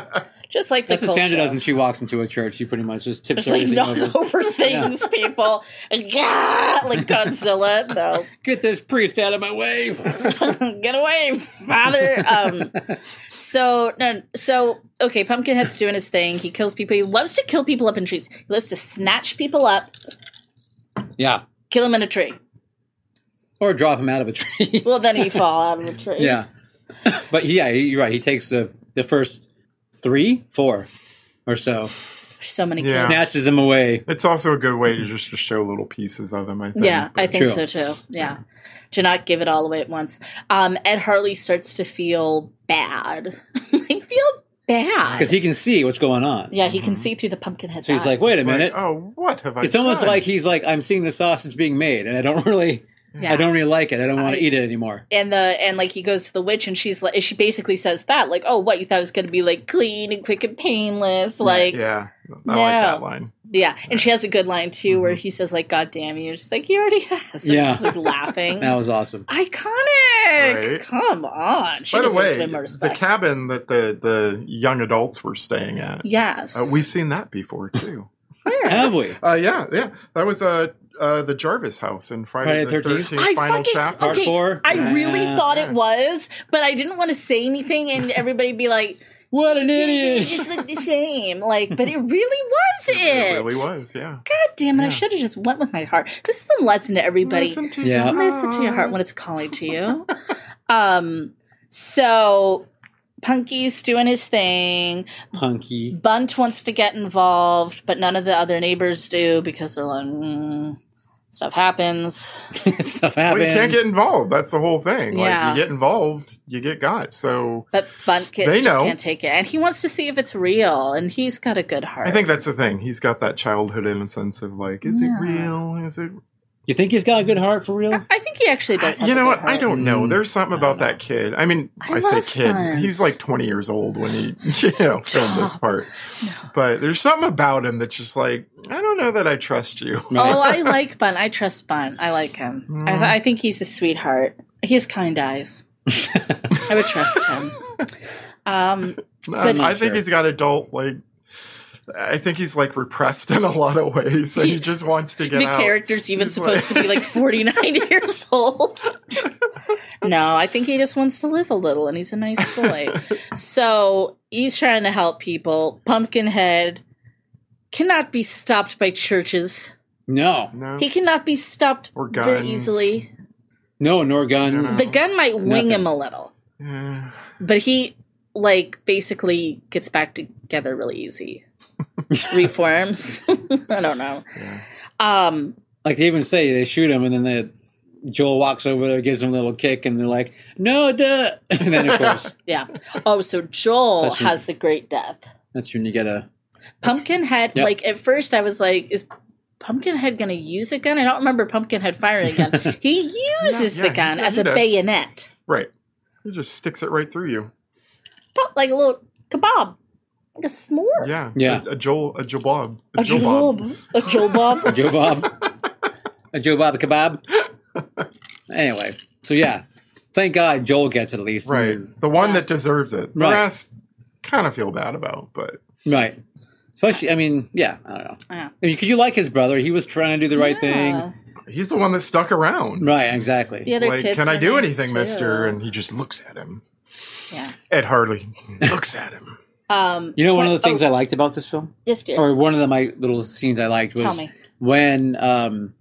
just like the That's what Sandra culture. does when she walks into a church. She pretty much just tips Just like everything knock over. [laughs] over things, people. Yeah, like Godzilla. [laughs] No, Get this priest out of my [laughs] way. get away father um so no so okay pumpkinhead's doing his thing he kills people he loves to kill people up in trees he loves to snatch people up yeah. kill them in a tree Or drop him out of a tree. [laughs] well then he fall out of the tree yeah. But yeah, you're right. He takes the, the first three, four or so, so many Yeah. kids yeah, snatches him away. It's also a good way to just to show little pieces of him. I think. i think True. so too yeah to not give it all away at once um ed harley starts to feel bad [laughs] i feel bad Because he can see what's going on. yeah he can see through the pumpkinhead's So he's like, eyes. wait a It's like, minute. oh, what have I? it's almost done? like he's like, I'm seeing the sausage being made and I don't [laughs] really yeah. I don't really like it. I don't want I- to eat it anymore. and the and like he goes to the witch and she's like she basically says that like oh what you thought it was going to be like clean and quick and painless like yeah, Yeah, I like No. that line. and she has a good line too Mm-hmm. where he says like god damn you she's like you already [laughs] has so Yeah. she's like laughing [laughs] That was awesome. iconic Right. come on she By the deserves way, way more the respect cabin that the the young adults were staying at. yes Uh, we've seen that before [laughs] too. Where? Have we? Uh, yeah, yeah. That was uh, uh, the Jarvis house in Friday, Friday the 13th? Thirteenth I final fucking- chapter. Part Okay, four? I really Yeah. thought it was, but I didn't want to say anything and everybody be like, What [laughs] an idiot. "It just looked the same." Like, but it really was it. [laughs] It really was. Yeah. God damn it! I Yeah. should have just went with my heart. This is a lesson to everybody. Listen, to Yeah. to your heart when it's calling to you. um. So Punky's doing his thing. [laughs] Punky. [laughs] Bunt wants to get involved, but none of the other neighbors do because they're like, mm, stuff happens. Stuff Well, happens. you can't get involved. That's the whole thing. Yeah. Like you get involved, you get got. So But Bunt can, They just know. can't take it. And he wants to see if it's real. And he's got a good heart. I think that's the thing. He's got that childhood innocence of like, is Yeah. it real? Is it? You think he's got a good heart for real? I I think he actually does. Have a you know good what? I heart. don't know. Mm. There's something I don't about that kid. I mean, I I, say love kid. Franz. He was like 20 years old [laughs] when he, [laughs] you know, filmed this Stop. part. But there's something about him that's just like, I don't know that I trust you. [laughs] Right. Oh, I like Bun. I trust Bun. I like him. Mm. I, I think he's a sweetheart. He has kind [laughs] eyes. I would trust him. Um, Um, not I think sure. he's got adult like. I think he's like repressed in a lot of ways, and he just wants to get the out. character's even He's supposed to be [laughs] like 49 years old. no, I think he just wants to live a little and he's a nice boy. so he's trying to help people. Pumpkinhead cannot be stopped by churches, No. no, he cannot be stopped Or very guns. easily. No, nor guns. The gun might wing Nothing. him a little, Yeah. but he like basically gets back together really [laughs] easy. Reforms. [laughs] I don't know. Yeah. Um, Like they even say they shoot him and then they, Joel walks over there, gives him a little kick, and they're like, no, duh. [laughs] And then, of [laughs] course, yeah. Oh, so Joel That's when- has a great death. that's when you get a. Pumpkinhead, Yep. like at first I was like, is Pumpkinhead gonna use a gun? I don't remember Pumpkinhead firing a [laughs] gun. he uses Yeah, the yeah, gun yeah, as he a does. bayonet. right. He just sticks it right through you. Pop- Like a little kebab. Like a s'more. Yeah, Yeah. A, a Joel, a Jobob, a job. A [laughs] job. Joe Bob. a Joe Bob kebab. Anyway, so yeah. Thank God Joel gets it at least. Right, the one Yeah. that deserves it. The Right. rest, kind of feel bad about, but Right. Especially, I mean, yeah, I don't know. Yeah. I mean, could you like his brother? He was trying to do the right Yeah. thing. he's the one that stuck around. Right, exactly. The other Like, kids can I were do nice, anything, too. Mister? And he just looks at him. Yeah. Ed Harley [laughs] looks at him. Um, You know, one of what- the things oh, I liked about this film, yes, dear. or one of the, my little scenes I liked Tell was me. when um,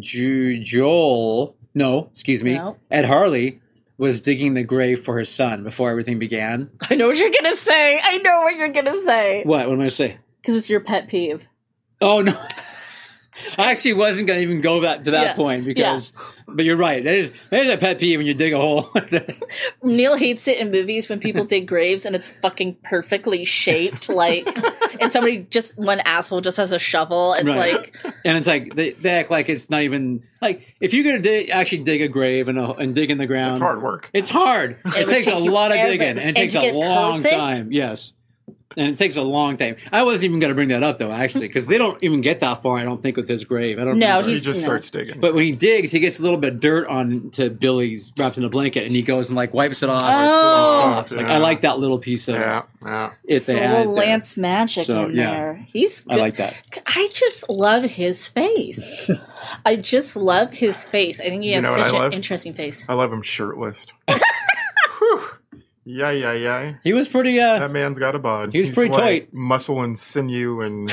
Ju- Joel, no, excuse me, No. Ed Harley was digging the grave for his son before everything began. I know what you're gonna say. I know what you're gonna say. What? What am I going to say? Because it's your pet peeve. Oh no. [laughs] I actually wasn't going to even go that, to that Yeah. point because, but you're right. That is that is a pet peeve when you dig a hole. [laughs] Neil hates it in movies when people dig graves and it's fucking perfectly shaped, [laughs] like, and somebody just one asshole just has a shovel. It's Right. like, And it's like they, they act like it's not even like if you're gonna dig, actually dig a grave and, a, and dig in the ground. It's hard work. It's [laughs] hard. It, would takes a take you lot of ever- digging, and it and takes to a get long perfect? time. Yes, and it takes a long time. I wasn't even gonna bring that up though, actually, because they don't even get that far. I don't think with his grave. I don't. No, remember. He he's- just no. starts digging. But when he digs, he gets a little bit of dirt on to Billy's wrapped in a blanket, and he goes and like wipes it off. and Oh. stops. Like I like that little piece of Yeah, yeah. it it's a they had little there. Lance magic So, in yeah. there. He's I good. like that. I just love [laughs] his face. I just love his face. I think he You has know what such I an love? interesting face. I love him [laughs] shirtless. Whew. Yeah, yeah, yeah. He was pretty. uh That man's got a bod. He was pretty tight. Muscle and [laughs] sinew and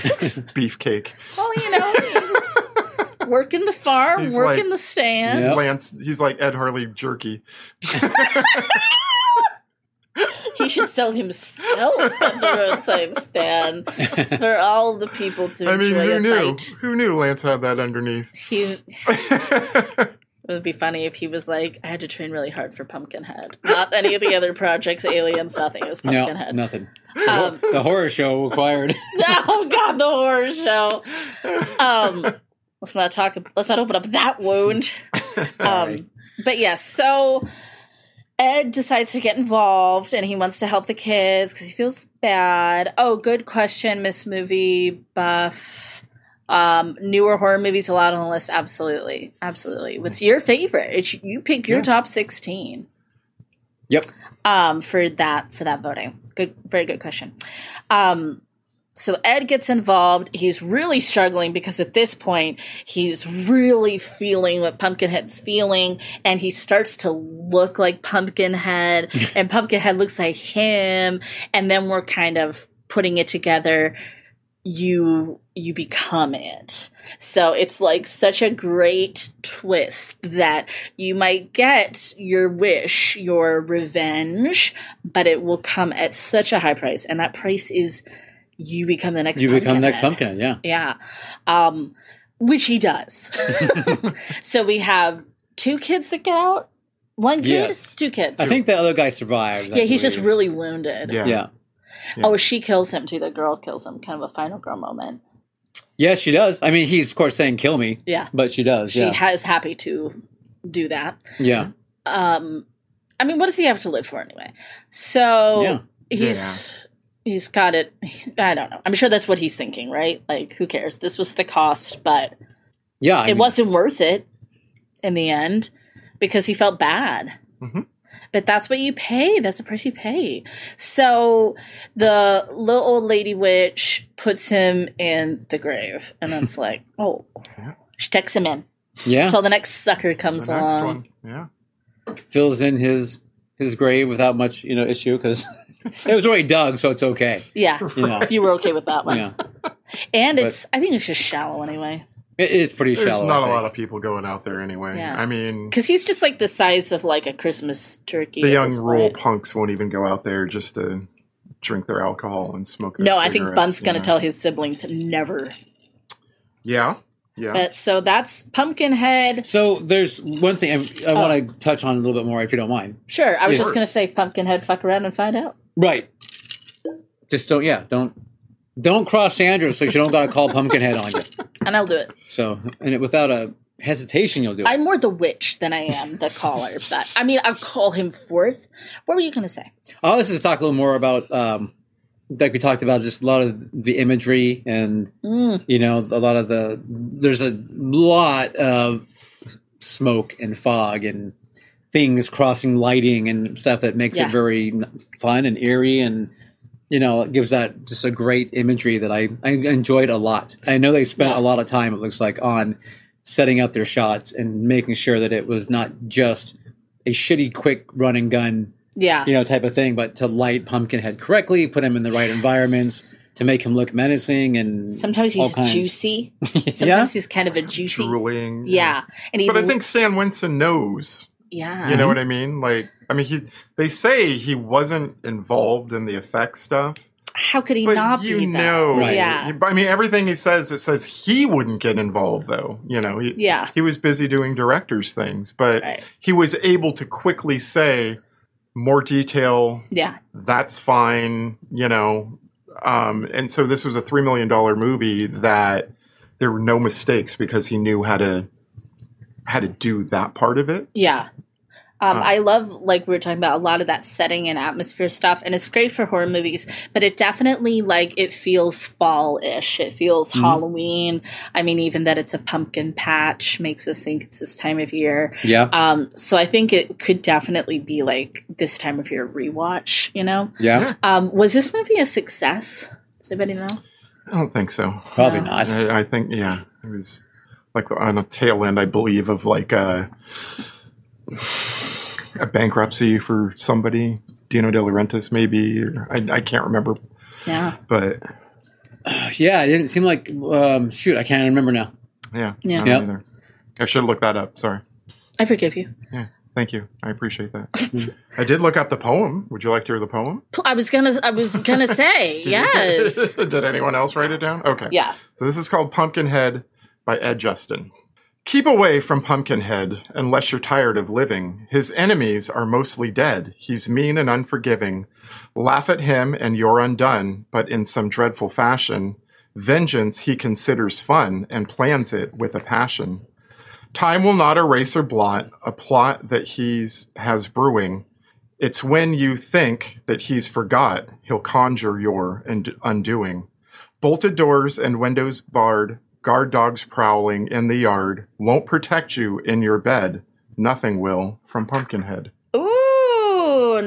beefcake. Well, you know, he's working the farm, He's working like- the stand. Yep. Lance, he's like Ed [laughs] Harley jerky. He should sell himself at the roadside stand for all the people to I mean, enjoy who a knew? bite. Who knew Lance had that underneath? [laughs] He It would be funny if he was like, I had to train really hard for Pumpkinhead. Not any of the other projects, aliens, nothing. It was No, Pumpkinhead. nothing. Um, The horror [laughs] show required. oh God, the horror show. Um, let's not talk. Let's not open up [laughs] that wound. Um, Sorry. but yes, so Ed decides to get involved, and he wants to help the kids because he feels bad. Oh, good question, Miss Movie Buff. Um, newer horror movies allowed on the list? Absolutely, absolutely. What's your favorite? It's, you pick your Yeah. top sixteen Yep. um, for that for that voting. Good, very good question. Um, so Ed gets involved. He's really struggling because at this point he's really feeling what Pumpkinhead's feeling, and he starts to look [laughs] like Pumpkinhead, and Pumpkinhead looks like him, and then we're kind of putting it together. You you become it. So it's like such a great twist that you might get your wish, your revenge, but it will come at such a high price. And that price is you become the next you pumpkin. become the next head. pumpkin. Yeah. Yeah. Um, which [laughs] he does. so we have two kids that get out, one kid, Yes. two kids. I think the other guy survived. I yeah, he's just believe. really wounded. Yeah. Yeah. Yeah. Oh, she kills him too. The girl kills him. Kind of a final girl moment. Yeah, she does. I mean, he's of course saying "kill me," Yeah. but she does. She yeah. [laughs] has happy to do that. yeah. Um, I mean, what does he have to live for anyway? So Yeah. he's he's got it. I don't know. I'm sure that's what he's thinking, right? Like, who cares? This was the cost, but Yeah. I it mean, wasn't worth it in the end because he felt bad. Mhm. But that's what you pay. That's the price you pay. So the little old lady witch puts him in the grave, and [laughs] it's like, oh, Yeah. she takes him in Yeah. until the next sucker comes The next along. one. Yeah. Fills in his his grave without much you know issue because [laughs] it was already dug, so it's okay. [laughs] Yeah, You know. you were okay with that one. yeah. And But- it's, I think it's just shallow anyway, It is pretty There's shallow. not I a think. lot of people going out there anyway. Yeah. I mean, because he's just like the size of like a Christmas turkey. the at young this rural point. punks won't even go out there just to drink their alcohol and smoke. Their No, I think cigarettes, Bunt's you gonna know. tell his siblings never. Yeah. Yeah. But so that's Pumpkinhead. So there's one thing Oh. I, I want to touch on a little bit more, if you don't mind. Sure, I was Yeah. just gonna say Pumpkinhead. Fuck around and find out. Right. Just don't. Yeah. Don't. Don't cross Sandra so you don't got to call Pumpkinhead on you. And I'll do it. So and it, without a hesitation, you'll do it. I'm more the witch than I am the [laughs] caller. But I mean, I'll call him forth. What were you going to say? Oh, this is to talk a little more about um, like we talked about, just a lot of the imagery and Mm, you know a lot of the there's a lot of smoke and fog and things crossing lighting and stuff that makes Yeah. it very fun and eerie and you know it gives that just a great imagery that I, I enjoyed a lot. I know they spent Yeah. a lot of time it looks like on setting up their shots and making sure that it was not just a shitty quick run and gun yeah. you know, type of thing. But to light Pumpkinhead correctly, put him in the right environments to make him look menacing and Sometimes he's all kinds. juicy. [laughs] Sometimes yeah, he's kind of a juicy. Drooling. Yeah, Uh-huh. and he. But I think Stan Winston knows. yeah, You know what I mean? Like, I mean, he. They say he wasn't involved in the effects stuff, how could he but not you be? though? know, Right. Yeah. I mean, everything he says, it says he wouldn't get involved, though. You know, he, Yeah, he was busy doing directors things, but right. he was able to quickly say more detail. Yeah, That's fine. You know. Um, and so this was a three million dollar movie that there were no mistakes because he knew how to how to do that part of it. yeah. Um, Huh. I love, like we were talking about, a lot of that setting and atmosphere stuff, and it's great for horror movies. But it definitely, like, it feels fall-ish. It feels Mm-hmm. Mhm. Halloween. I mean, even that it's a pumpkin patch makes us think it's this time of year. yeah, Um, so I think it could definitely be like this time of year rewatch. You know, yeah. um, was this movie a success? Does anybody know? I don't think so. Probably Yeah. not. I, I think yeah, it was like on the tail end, I believe, of like a, a bankruptcy for somebody, Dino De Laurentiis, maybe. Or I, I can't remember, Yeah, but [sighs] Yeah, it didn't seem like. Um, shoot, I can't remember now. yeah, Yeah. I don't Yep. either. I should look that up. Sorry. I forgive you. Thank you. I appreciate that. I did look up the poem. Would you like to hear the poem? Pl- I was gonna, I was [laughs] gonna say Did you- yes. [laughs] did anyone else write it down? Okay. Yeah, So this is called Pumpkinhead by Ed Justin. Keep away from Pumpkinhead unless you're tired of living. His enemies are mostly dead. He's mean and unforgiving. Laugh at him and you're undone, but in some dreadful fashion. Vengeance he considers fun and plans it with a passion. Time will not erase or blot a plot that he's has brewing. It's when you think that he's forgot, he'll conjure your und- undoing. Bolted doors and windows barred, guard dogs prowling in the yard won't protect you in your bed. Nothing will from Pumpkinhead. [laughs] Ooh,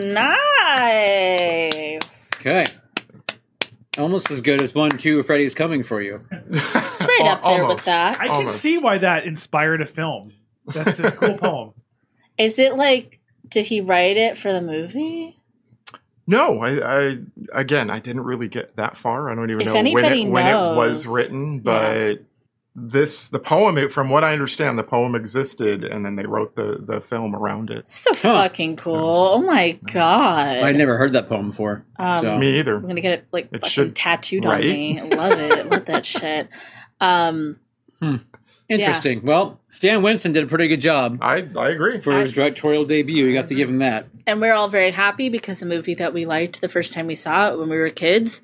nice. Okay, almost as good as one, two. Freddy's coming for you. It's Right up there with that. I can Almost. see why that inspired a film. That's [laughs] a cool poem. Is it like, did he write it for the movie? No, I, I again, I didn't really get that far. I don't even If know when anybody it, when it was knows- written, but Yeah. this the poem. it- From what I understand, the poem existed, and then they wrote the the film around it. So fucking cool. oh my god. I never heard that poem before. Um, so. Me I'm either. gonna get it like It fucking should- tattooed right? on me. I love it. I love that [laughs] shit. Um, Interesting. Well, Stan Winston did a pretty good job I I agree. for his directorial debut. You got to give him that. and we're all very happy because a movie that we liked the first time we saw it when we were kids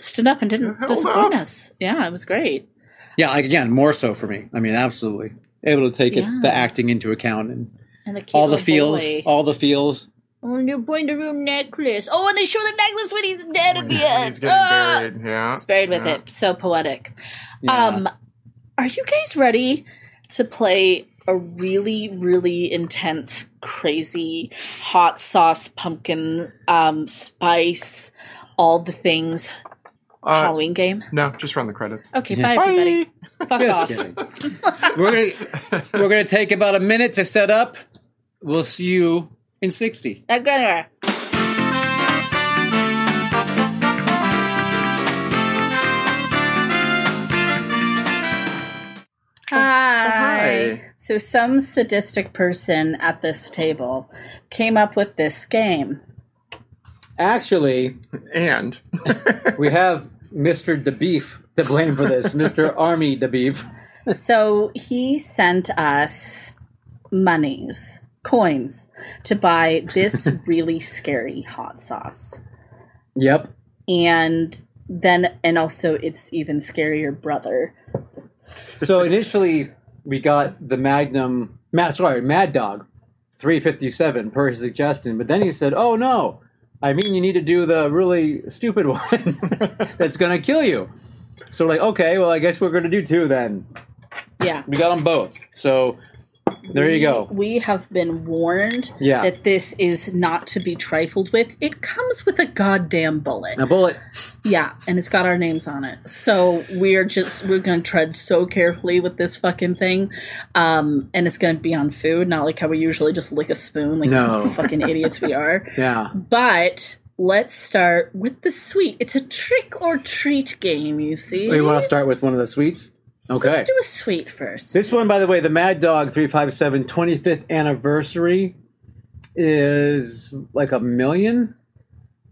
stood up and It didn't held disappoint up. us. Yeah, it was great. Yeah, like again, more so for me. I mean, absolutely able to take Yeah. it, the acting into account and And the cute all the little feels, boy. all the feels. Oh, and you're going to ruin necklace. Oh, and they show the necklace when he's dead at When the he's end. getting Ah! buried. Yeah. It's buried with Yeah. it. So poetic. Yeah. Um, are you guys ready to play a really, really intense, crazy hot sauce, pumpkin, um, spice, all the things Uh, Halloween game? no, just run the credits. Okay, Yeah. bye everybody. Fuck Just off. kidding. we're gonna we're gonna take about a minute to set up. We'll see you in sixty. Not going anywhere. Hi. hi. So, some sadistic person at this table came up with this game. Actually, And we have Mister the Beef to blame for this. Mister Army the Beef. so he sent us monies, coins, to buy this really scary hot sauce. Yep. And then, and also its even scarier brother. So initially, we got the Magnum. Mad, sorry, Mad Dog, three fifty seven per his suggestion. But then he said, "Oh no." I mean, you need to do the really stupid [laughs] one that's going to kill you. So, we're like, okay, well, I guess we're going to do two then. Yeah. We got them both. So there you go. We have been warned Yeah. that this is not to be trifled with. It comes with a goddamn bullet. A bullet. Yeah, and it's got our names on it. So we're just we're gonna tread so carefully with this fucking thing, um, and it's gonna be on food, not like how we usually just lick a spoon, like No. [laughs] fucking idiots we are. Yeah. But let's start with the sweet. It's a trick or treat game, you see. We want to start with one of the sweets. Okay. Let's do a sweet first. This one, by the way, the Mad Dog 357 25th anniversary is like a million,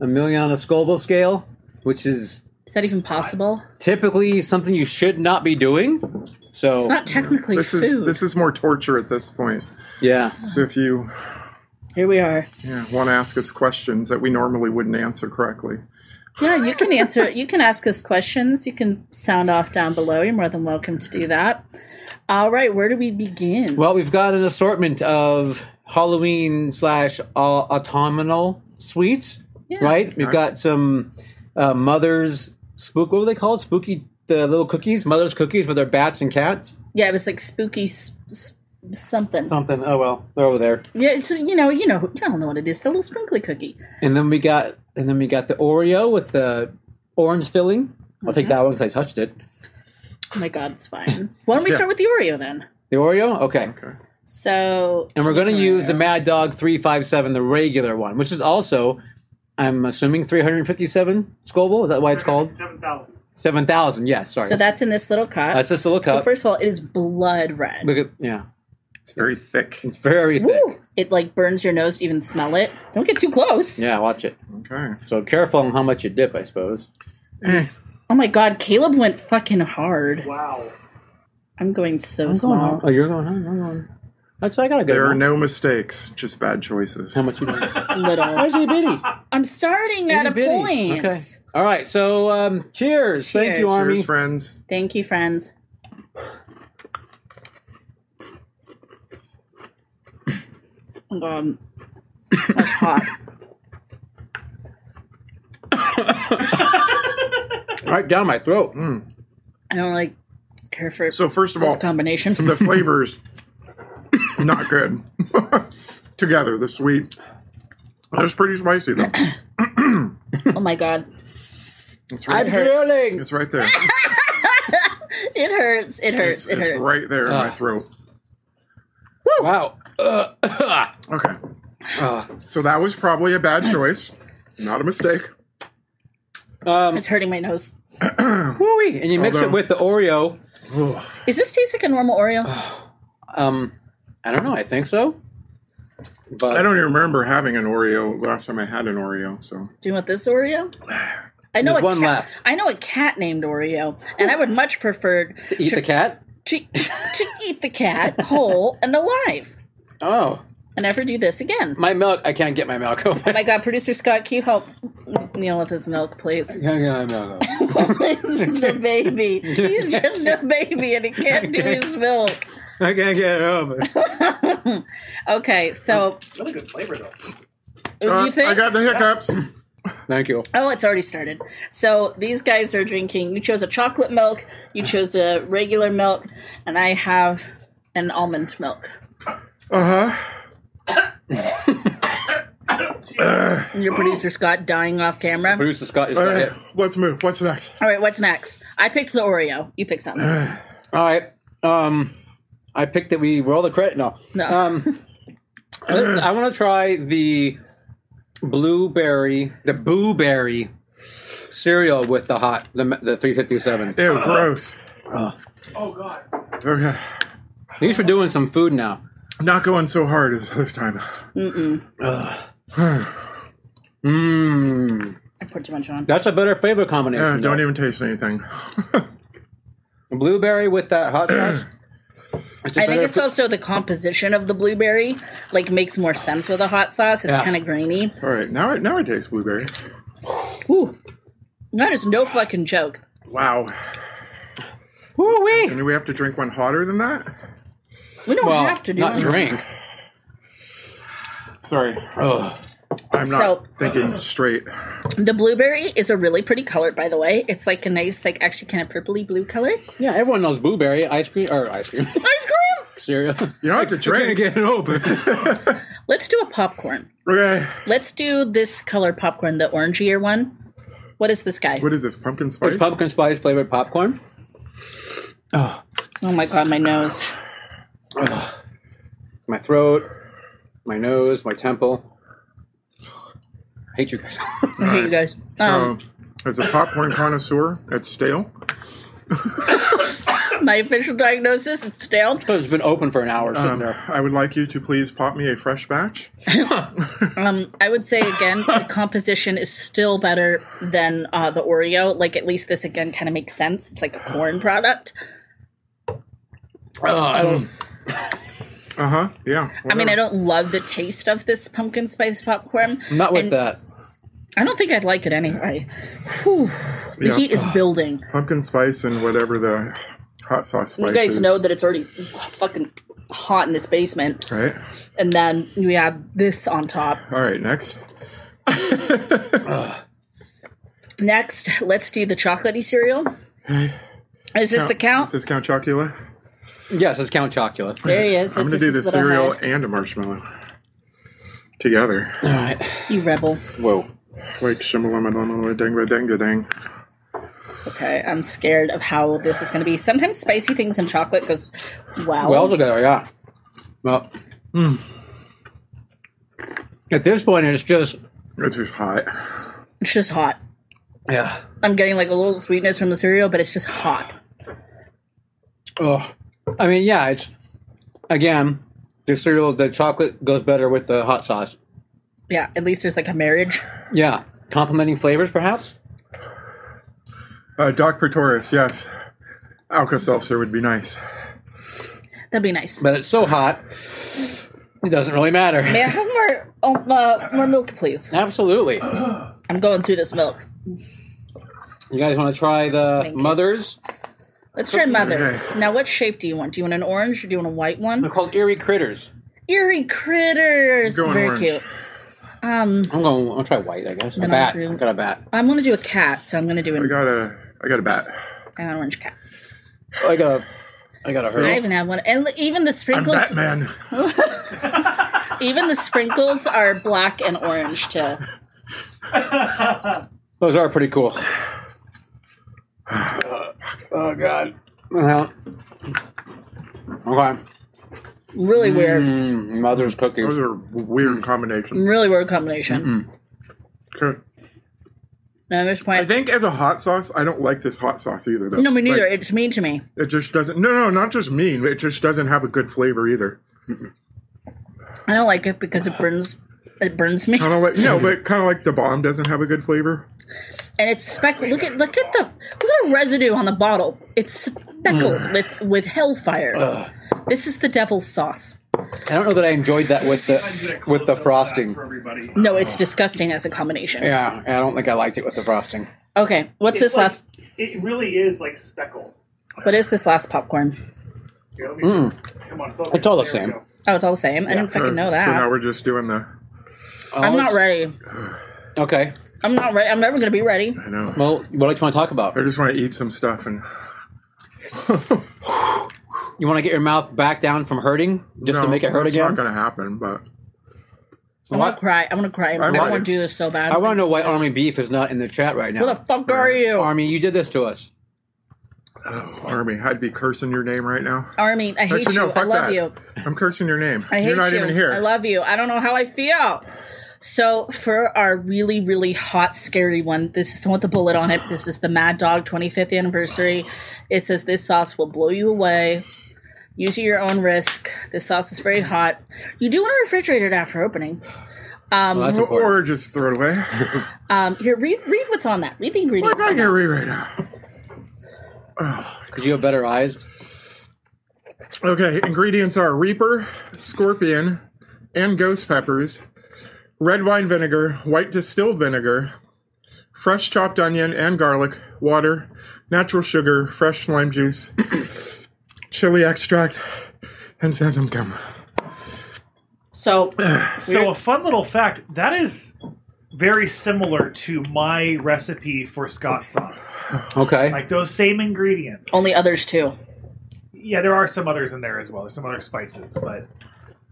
a million on a Scoville scale, which is is that even possible? typically something you should not be doing. So, It's not technically this food. is this is more torture at this point. yeah. So if you Here we are. yeah, want to ask us questions that we normally wouldn't answer correctly, Yeah, you can answer. You can ask us questions. You can sound off down below. You're more than welcome to do that. All right, where do we begin? Well, we've got an assortment of Halloween slash au- autumnal sweets, Yeah. right? We've got some uh, mother's spook. What were they called? Spooky the little cookies, mother's cookies, but they're bats and cats. yeah, it was like spooky s- s- something. Something. Oh well, they're over there. yeah, so you know, you know, you all know what it is. The little sprinkly cookie. And then we got and then we got the Oreo with the orange filling. I'll take that one because I touched it. Oh my god, it's fine. Why don't we start with the Oreo then? The Oreo, okay. So And we're going to use the Mad Dog three five seven, the regular one, which is also, I'm assuming three hundred fifty seven Scoville. Is that why it's called? Seven thousand. Seven thousand, yes. Sorry, so that's in this little cup. that's just a little so cup. first of all, it is blood red. Look at yeah, it's very thick. it's very thick. Woo! It like burns your nose to even smell it. Don't get too close. Yeah, watch it. Okay. So careful on how much you dip, I suppose. Oh my god, Caleb went fucking hard. Wow. I'm going so Going small. on. Oh, you're going. on, I'm going. That's I got a good There are one. no mistakes, just bad choices. how much you dip? It's [laughs] little. Actually, bitty. [laughs] I'm starting at a Itty bitty. point. Okay. All right. So um, cheers. Thank you, Cheers. Army. Cheers, friends. Thank you, friends. Oh, God. That's hot. Right down my throat. I don't like care for So first of this all, combination. the flavors not good [laughs] together. The sweet, it was pretty spicy [coughs] though. Oh my god. [laughs] It's I'm right, hurts. drooling. it's [coughs] right there. It hurts. It hurts. It's, it it's hurts. right there in my Ugh. throat. Wow. Uh, [coughs] Okay, so that was probably a bad choice. Not a mistake. [laughs] Um, It's hurting my nose. wooey, and you mix it Although- with the Oreo. Is this taste like a normal Uh, Oreo? Um, I don't know. I think so. But I don't even remember having an Oreo last time I had an Oreo. So Do you want this Oreo? I know There's a one cat, left. I know a cat named Oreo, and I would much prefer to eat the cat. to, to eat the cat whole and alive. Oh, I never do this again. Oh my milk. I can't get my milk open. [laughs] My God, producer Scott, can you help Neil with his milk, please? Can't get my milk open. [laughs] He's just a baby. He's just a baby, and he can't do his milk. [laughs] I can't get it open. Okay, so Oh, Really good flavor though. do Uh, you think? I got the hiccups. Thank you. Oh, it's already started. So these guys are drinking. You chose a chocolate milk. You chose a regular milk, and I have an almond milk. Uh huh. And your producer Scott dying off camera. Producer Scott is All not right, it. Uh, let's move. What's next? All right, what's next? I picked the Oreo. You pick something. All right. Um, I picked that we roll the credit. No. No. Um, I want to try the blueberry, the blueberry cereal with the hot, the, the 357. Ew, gross. Uh. Oh god. Okay, At least we're doing some food now. not going so hard as this time. Mmm. I put too much on. That's a better flavor combination. Uh, don't though. even taste anything. Blueberry with that hot sauce. It's a I think better it's fl- also the composition of the blueberry, like makes more sense with a hot sauce. It's Yeah. kind of grainy. All right, now I now I taste blueberry. Ooh. That is no fucking joke. Wow. Woo-wee. And do we have to drink one hotter than that? We don't Well, have to do not it. drink. Sorry, Ugh. I'm not So- thinking straight. The blueberry is a really pretty color, by the way. It's like a nice, like actually kind of purpley blue color. Yeah, everyone knows blueberry ice cream or ice cream [laughs] Ice cream. cereal. You don't have to drink. [laughs] it open. Let's do a popcorn. Okay. Let's do this color popcorn, the orangier one. What is this guy? What is this? Pumpkin [laughs] It's spice? pumpkin spice flavored popcorn. Oh my god, my nose. my throat, my nose, my temple. I hate you guys. I hate you guys. Um, Oh, as a popcorn connoisseur, it's stale. my official diagnosis: it's stale. but it's been open for an hour sitting Um, there. I would like you to please pop me a fresh batch. Um, I would say again, [laughs] the composition is still better than uh, the Oreo. Like at least this again kind of makes sense. It's like a corn product. Uh huh. Yeah. Uh-huh. I mean, I whatever. don't love the taste of this pumpkin spice popcorn. Not with and- that. I don't think I'd like it anyway. Whew. The Yeah. heat is building. Pumpkin spice and whatever the hot sauce You spice guys is, know that it's already fucking hot in this basement, Right? and then you add this on top. All right, next. Next, let's do the chocolatey cereal. Is this the count? Does this count chocolate? Yes, it's Count Chocula. There he is. I'm It's going to just do the his little cereal head. and a marshmallow together. [clears throat] All right. You rebel. Whoa. Like shimalama dang dang dang. Okay, I'm scared of how this is going to be. Sometimes spicy things and chocolate goes well. Well together, yeah. Well. Mm. At this point, it's just It's just hot. it's just hot. yeah. I'm getting like a little sweetness from the cereal, but it's just hot. Oh, I mean, yeah. It's again the cereal. The chocolate goes better with the hot sauce. Yeah, at least there's like a marriage. Yeah, complementing flavors, perhaps. Uh, Doc Pretorius, yes. Alka Seltzer would be nice. That'd be nice. But it's so hot, it doesn't really matter. May I have more oh, uh, more milk, please? Absolutely. I'm going through this milk. You guys want to try the Thank you. mothers? Let's try mother. Now, what shape do you want? Do you want an orange or do you want a white They're one? called eerie critters. Eerie critters. Go on Very orange. cute. Um, I'm going. I'll try white. I guess. A Then I'll bat. do- I got a bat. I'm gonna do a cat, so I'm gonna do I an, got a, I got a bat. an orange cat. I got a. I got a I hurdle. even have one, and even the I'm sprinkles, Batman. even the sprinkles are black and orange too. Those are pretty cool. [sighs] oh God. Uh-huh. Okay. Really weird, Mm, mother's Those cookies. are weird combinations. really weird combination. Okay. And at this point, I think as a hot sauce, I don't like this hot sauce either. Though. no, me neither. Like, it's mean to me. it just doesn't. No, no, not just mean. but It just doesn't have a good flavor either. I don't like it because it burns. It burns me, Kind of like no, but kind of like the bomb doesn't have a good flavor. and it's speckled. Look at look at the look at the residue on the bottle. It's speckled with with hellfire. This is the devil's sauce. I don't know that I enjoyed that with the with the frosting. For everybody. No, it's disgusting as a combination. Yeah, I don't think I liked it with the frosting. Okay, what's It's this like- last? It really is like speckled. What is this last popcorn? Here, let me Come on, focus. Mm. It's all the There we same. go. Oh, it's all the same. I didn't Uh, fucking know So now that. we're just doing the. I'm not Olives? ready. Okay. I'm not ready. I'm never gonna be ready. I know. Well, what do you want to talk about? I just want to eat some stuff and You want to get your mouth back down from hurting just to No, make it hurt that's Not again? going to happen, but I'm gonna cry. I'm gonna cry. I might- want to do this so bad. I want to know why Army Beef is not in the chat right Who now. the fuck are you, Army, you did this to us. Army, I'd be cursing your name right now. Army? I hate Actually, no, you. I fuck love that. you. I'm cursing your name. I hate You're not you. even here. I love you. I don't know how I feel. So for our really, really hot, scary one, this is the one with the bullet on it. This is the Mad Dog 25th anniversary. It says this sauce will blow you away. Use it at your own risk. This sauce is very hot. You do want to refrigerate it after opening. Um, Well, that's or, important. or just throw it away. [laughs] um, here, read read what's on that. Read the I'm ingredients. not on that. gonna read right now. Did you have better eyes? Okay, ingredients are Reaper, Scorpion, and Ghost Peppers, red wine vinegar, white distilled vinegar, fresh chopped onion and garlic, water, natural sugar, fresh lime juice, [coughs] chili extract, and xanthan gum. So So a fun little fact that is very similar to my recipe for [laughs] Scott sauce. Okay. Like those same ingredients. only others too. yeah, there are some others in there as well. There's some other spices, but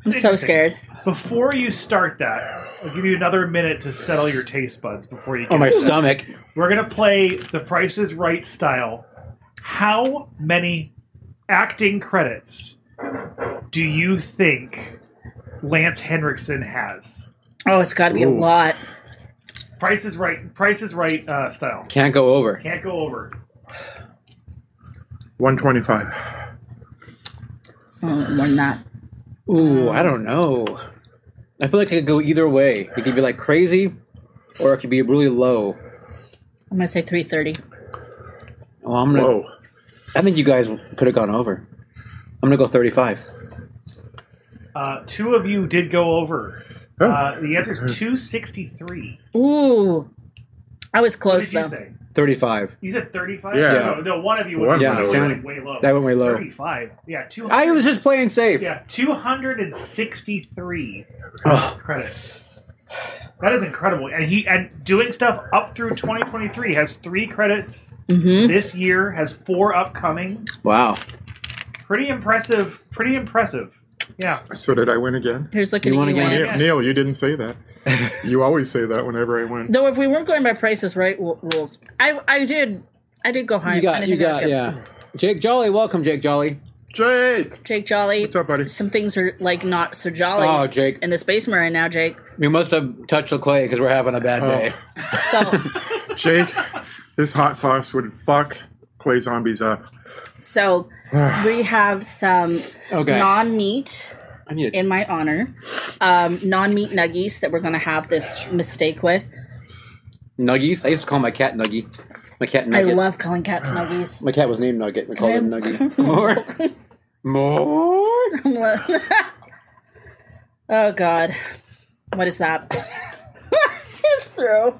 I'm so scared. Before you start that, I'll give you another minute to settle your taste buds before you. Get oh, my [laughs] it. stomach. We're gonna play the Price is Right style. How many acting credits do you think Lance Henriksen has? Oh, it's got to be a Ooh. lot. Price is Right. Price is Right uh, style. Can't go over. Can't go over. 125. Oh, more than that. Ooh, I don't know. I feel like it could go either way. It could be like crazy, or it could be really low. I'm gonna say 330. Oh, I'm gonna. Whoa. I think you guys could have gone over. I'm gonna go 35. Uh, two of you did go over. Oh. Uh, the [laughs] answer is two sixty three. Ooh, I was What close did you though. say? 35. You said thirty five. Yeah. No, no, one of you. went One Yeah, way, sounded- way low. that went way low. Thirty five. Yeah, two. I was just playing safe. Yeah, 263 Ugh. credits. That is incredible. And he and doing stuff up through 2023 has 3 credits. Mm-hmm. This year has 4 upcoming. Wow. Pretty impressive. Pretty impressive. Yeah. So did I win again? Here's looking You at wanna you, get Lance. Neil, Neil, you didn't say that. You always say that whenever I win. Though if we weren't going by prices right w- rules, I I did I did go high. You I got, didn't you think I was got, good. yeah. Jake Jolly, welcome, Jake Jolly. Jake! Jake Jolly. What's up, buddy? Some things are like not so jolly Oh, Jake. in this basement right now, Jake. We must have touched the clay because we're having a bad day. [laughs] So Jake, this hot sauce would fuck clay zombies up. [sighs] so we have some Okay. non meat I need it. in my honor, um, non meat nuggies that we're gonna have this mistake with. Nuggies. I used to call my cat Nuggie. My cat I Nugget. love calling cats nuggies. my cat was named Nugget. We called him Nuggie. [laughs] More. [laughs] More. oh God, what is that? [laughs] His throat.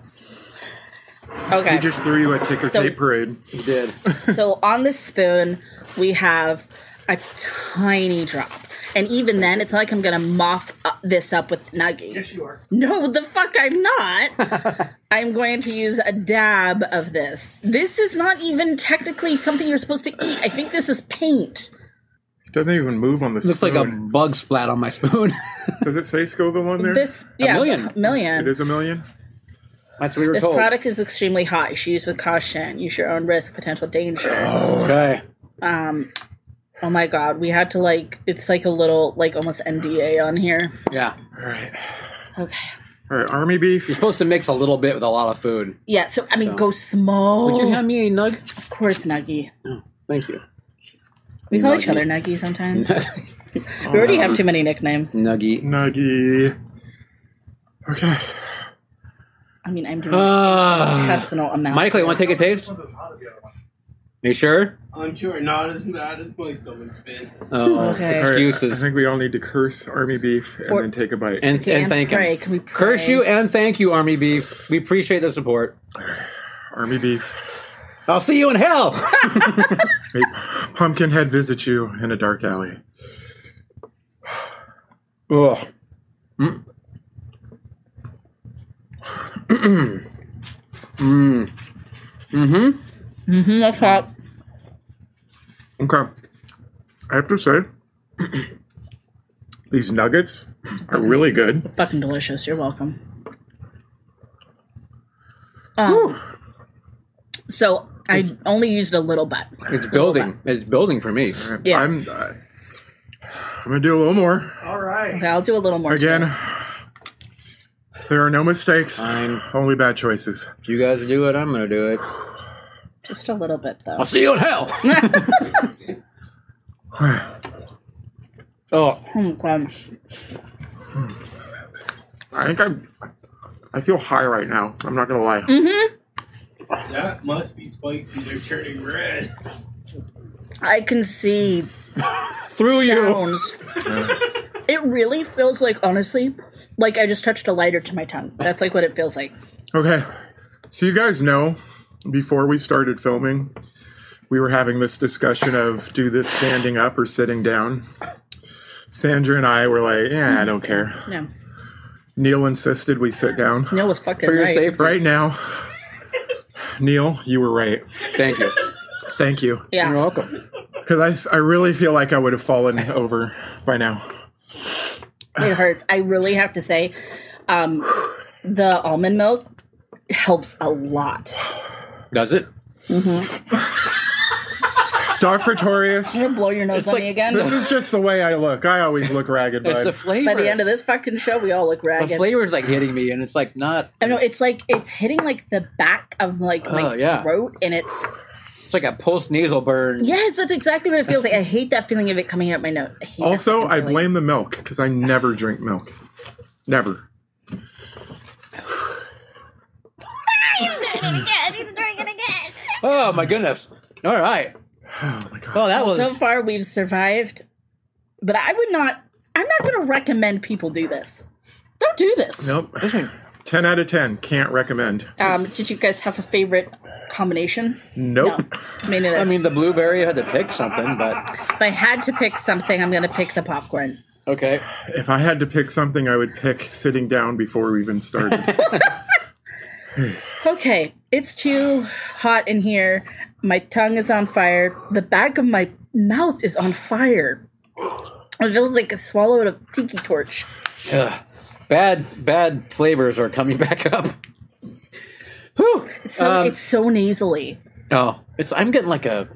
Okay. He just threw you a ticker So- tape parade. He did. So on this spoon, we have a tiny drop. And even then, it's not like I'm going to mop up this up with [laughs] nuggy. Yes, you are. No, the fuck, I'm not. I'm going to use a dab of this. This is not even technically something you're supposed to eat. I think this is paint. Doesn't even move on the Looks like a spoon. bug splat on my spoon. [laughs] Does it say Scoville on there? This, yeah, million. million. it is a million. That's what we were This told. product is extremely hot. You should use with caution. Use your own risk, potential danger. Oh, Okay. Um, oh my god, we had to like, it's like a little, like almost NDA on here. Yeah. All right. Okay. All right, army beef. You're supposed to mix a little bit with a lot of food. Yeah, so I mean, So- go small. Would you hand me a nug? of course, Nuggy. Thank you. We call Nuggy. each other [laughs] Nuggy sometimes. we already Um, have too many nicknames. Nuggy. Nuggy. Okay. I mean, I'm doing a Ah. Uh, personal amount. Michael, you want to take a taste? This one's as hot as the other one. You sure? I'm sure not as bad as my stomach's been. Oh, Okay. All right, I excuses. think we all need to curse army beef and Or- then take a bite. And, Okay, and thank pray. him. Can we pray? Curse you and thank you, Army Beef. We appreciate the support. army beef. I'll see you in hell. [laughs] May Pumpkinhead visit you in a dark alley. Ugh. Mm. mm. hmm Mm-hmm, that's hot. Okay. I have to say, [clears throat] these nuggets are really good. Fucking delicious. You're welcome. Um, so I only used a little bit. It's building. It's building for me. Yeah. I'm, I- I'm going to do a little more. All right. Okay, I'll do a little more. Again, there are no mistakes, Fine. only bad choices. If you guys do it, I'm gonna do it. so- Just a little bit, though. I'll see you in [laughs] hell. oh, Oh, God. I think I'm. I feel high right now. I'm not gonna lie. Mm-hmm. That must be spicy. They're turning red. I can see through you. [laughs] sounds. it really feels like, honestly, like I just touched a lighter to my tongue. That's like what it feels like. Okay, so you guys know, before we started filming, we were having this discussion of do this standing up or sitting down. Sandra and I were like, yeah, I don't care. No, Neil insisted we sit down. Neil was fucking For your right. safety. Right now, Neil, you were right. Thank you. Thank you. You're Yeah, welcome. Because I, I really feel like I would have fallen over by now. it hurts. I really have to say, um, the almond milk helps a lot. Does it? Doc Pretorius, Can you blow your nose on like- me again? this is just the way I look. I always look ragged, It's the bud. flavor. By the end of this fucking show, we all look the ragged. flavor's like hitting me, and it's like not. I know it's like it's hitting like the back of like my Oh, yeah. throat, and it's It's like a post nasal burn. yes, that's exactly what it feels like. I hate that feeling of it coming out my nose. I hate that Also, fucking I feeling. blame the milk because I never drink milk. Never. Oh my goodness. All right. Oh my god. Oh, that was. So far, we've survived, but I would not. I'm not going to recommend people do this. Don't do this. Nope. Ten out of ten. Can't recommend. Um, did you guys have a favorite combination? Nope. No. Me neither. I mean, the blueberry had to pick something, but if I had to pick something, I'm going to pick the popcorn. okay. If I had to pick something, I would pick sitting down before we even started. Okay, it's too hot in here. My tongue is on fire. The back of my mouth is on fire. It feels like I swallowed a tiki torch. Ugh. Bad, bad flavors are coming [laughs] back up. Whew. It's so Um, it's so nasally. Oh, it's. I'm getting like a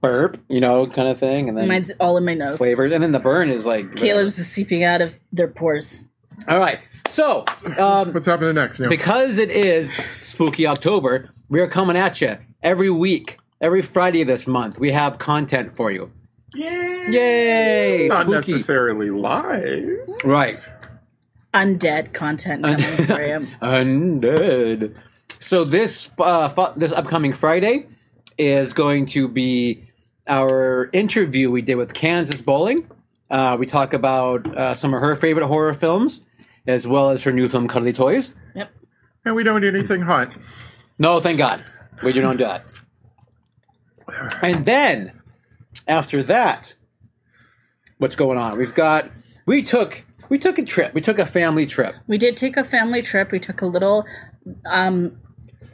burp, you know, kind of thing, and then Mine's all in my nose. flavors, and then the burn is like. Caleb's is seeping out of their pores. All right. So, um, What's happening next? Neil? because it is spooky october we are coming at you every week every friday this month we have content for you yay Not spooky. necessarily live. right Undead content coming for you. [laughs] undead so this uh, fu- this upcoming friday is going to be our interview we did with kansas bowling uh, we talk about uh, some of her favorite horror films as well as her new film cuddly toys Yep. And we don't do anything hot. No, thank God. We do not do that. And then, after that, what's going on? We've got we took we took a trip. We took a family trip. We did take a family trip. We took a little um,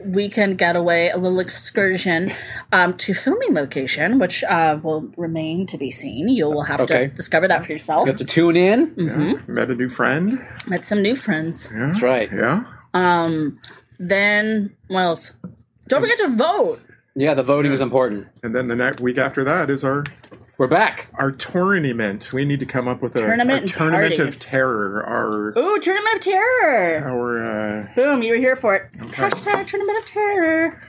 weekend getaway, a little excursion um, to filming location, which uh, will remain to be seen. You will have Okay. to discover that for yourself. You have to tune in. Met a new friend. Met some new friends. Yeah. That's right. Yeah. Um, then what else? Don't forget to vote. Yeah, the voting is important. And then the next week after that is our We're back. Our tournament. We need to come up with a, Tournament a and tournament party. of terror. Our Ooh, Tournament of Terror! our uh, Boom, you were here for it. Okay. Hashtag Tournament of Terror.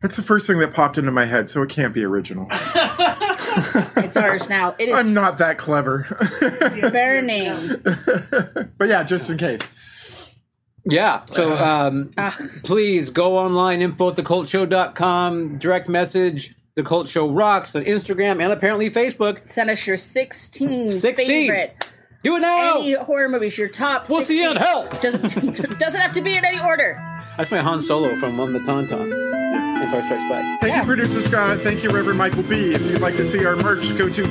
that's the first thing that popped into my head, so it can't be original. It's ours now. It is [laughs] I'm not that clever. [laughs] burning. but yeah, just in case. Yeah. So um, Ah. please go online, info at thecultshow.com, direct message, The Cult Show Rocks on Instagram and apparently Facebook. Send us your 16, 16. favorite. Do it now! Any horror movies, your top What's the 16. end? Hell! Doesn't, [laughs] doesn't have to be in any order. That's my Han Solo from On the Tauntaun. Empire Strikes Back. Thank you, producer Scott. Thank you, Reverend Michael B. If you'd like to see our merch, go to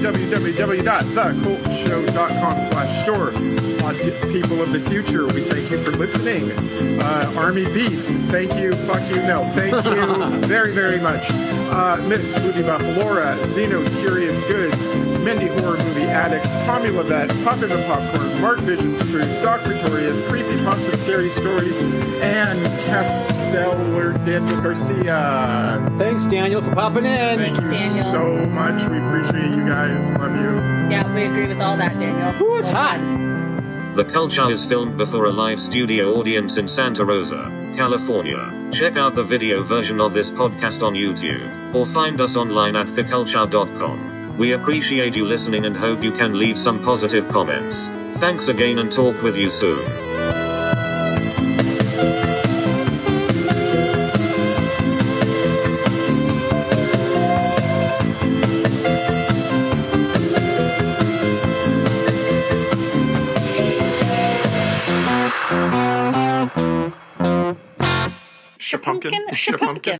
www.thecultshow.com slash store. Uh, d- People of the future, we thank you for listening. Uh, Army Beef, thank you. Fuck you. No, thank you very, very much. Uh, Miss Booty Buff, Laura, Zeno's Curious Goods, Mindy Horror Movie Addict, Tommy Levette, Pop in the Popcorn, Mark Vision's Truth, Dr. Torius, Creepy Pasta Scary Stories, and Castellar Daniel Garcia. Thanks, Daniel, for popping in. Thank you Daniel. so much. We appreciate you guys. Love you. Yeah, we agree with all that, Daniel. Ooh, it's hot. The Culture is filmed before a live studio audience in Santa Rosa, California. Check out the video version of this podcast on YouTube, or find us online at theculture.com. We appreciate you listening and hope you can leave some positive comments. Thanks again and talk with you soon. Shapumpkin. Shapumpkin.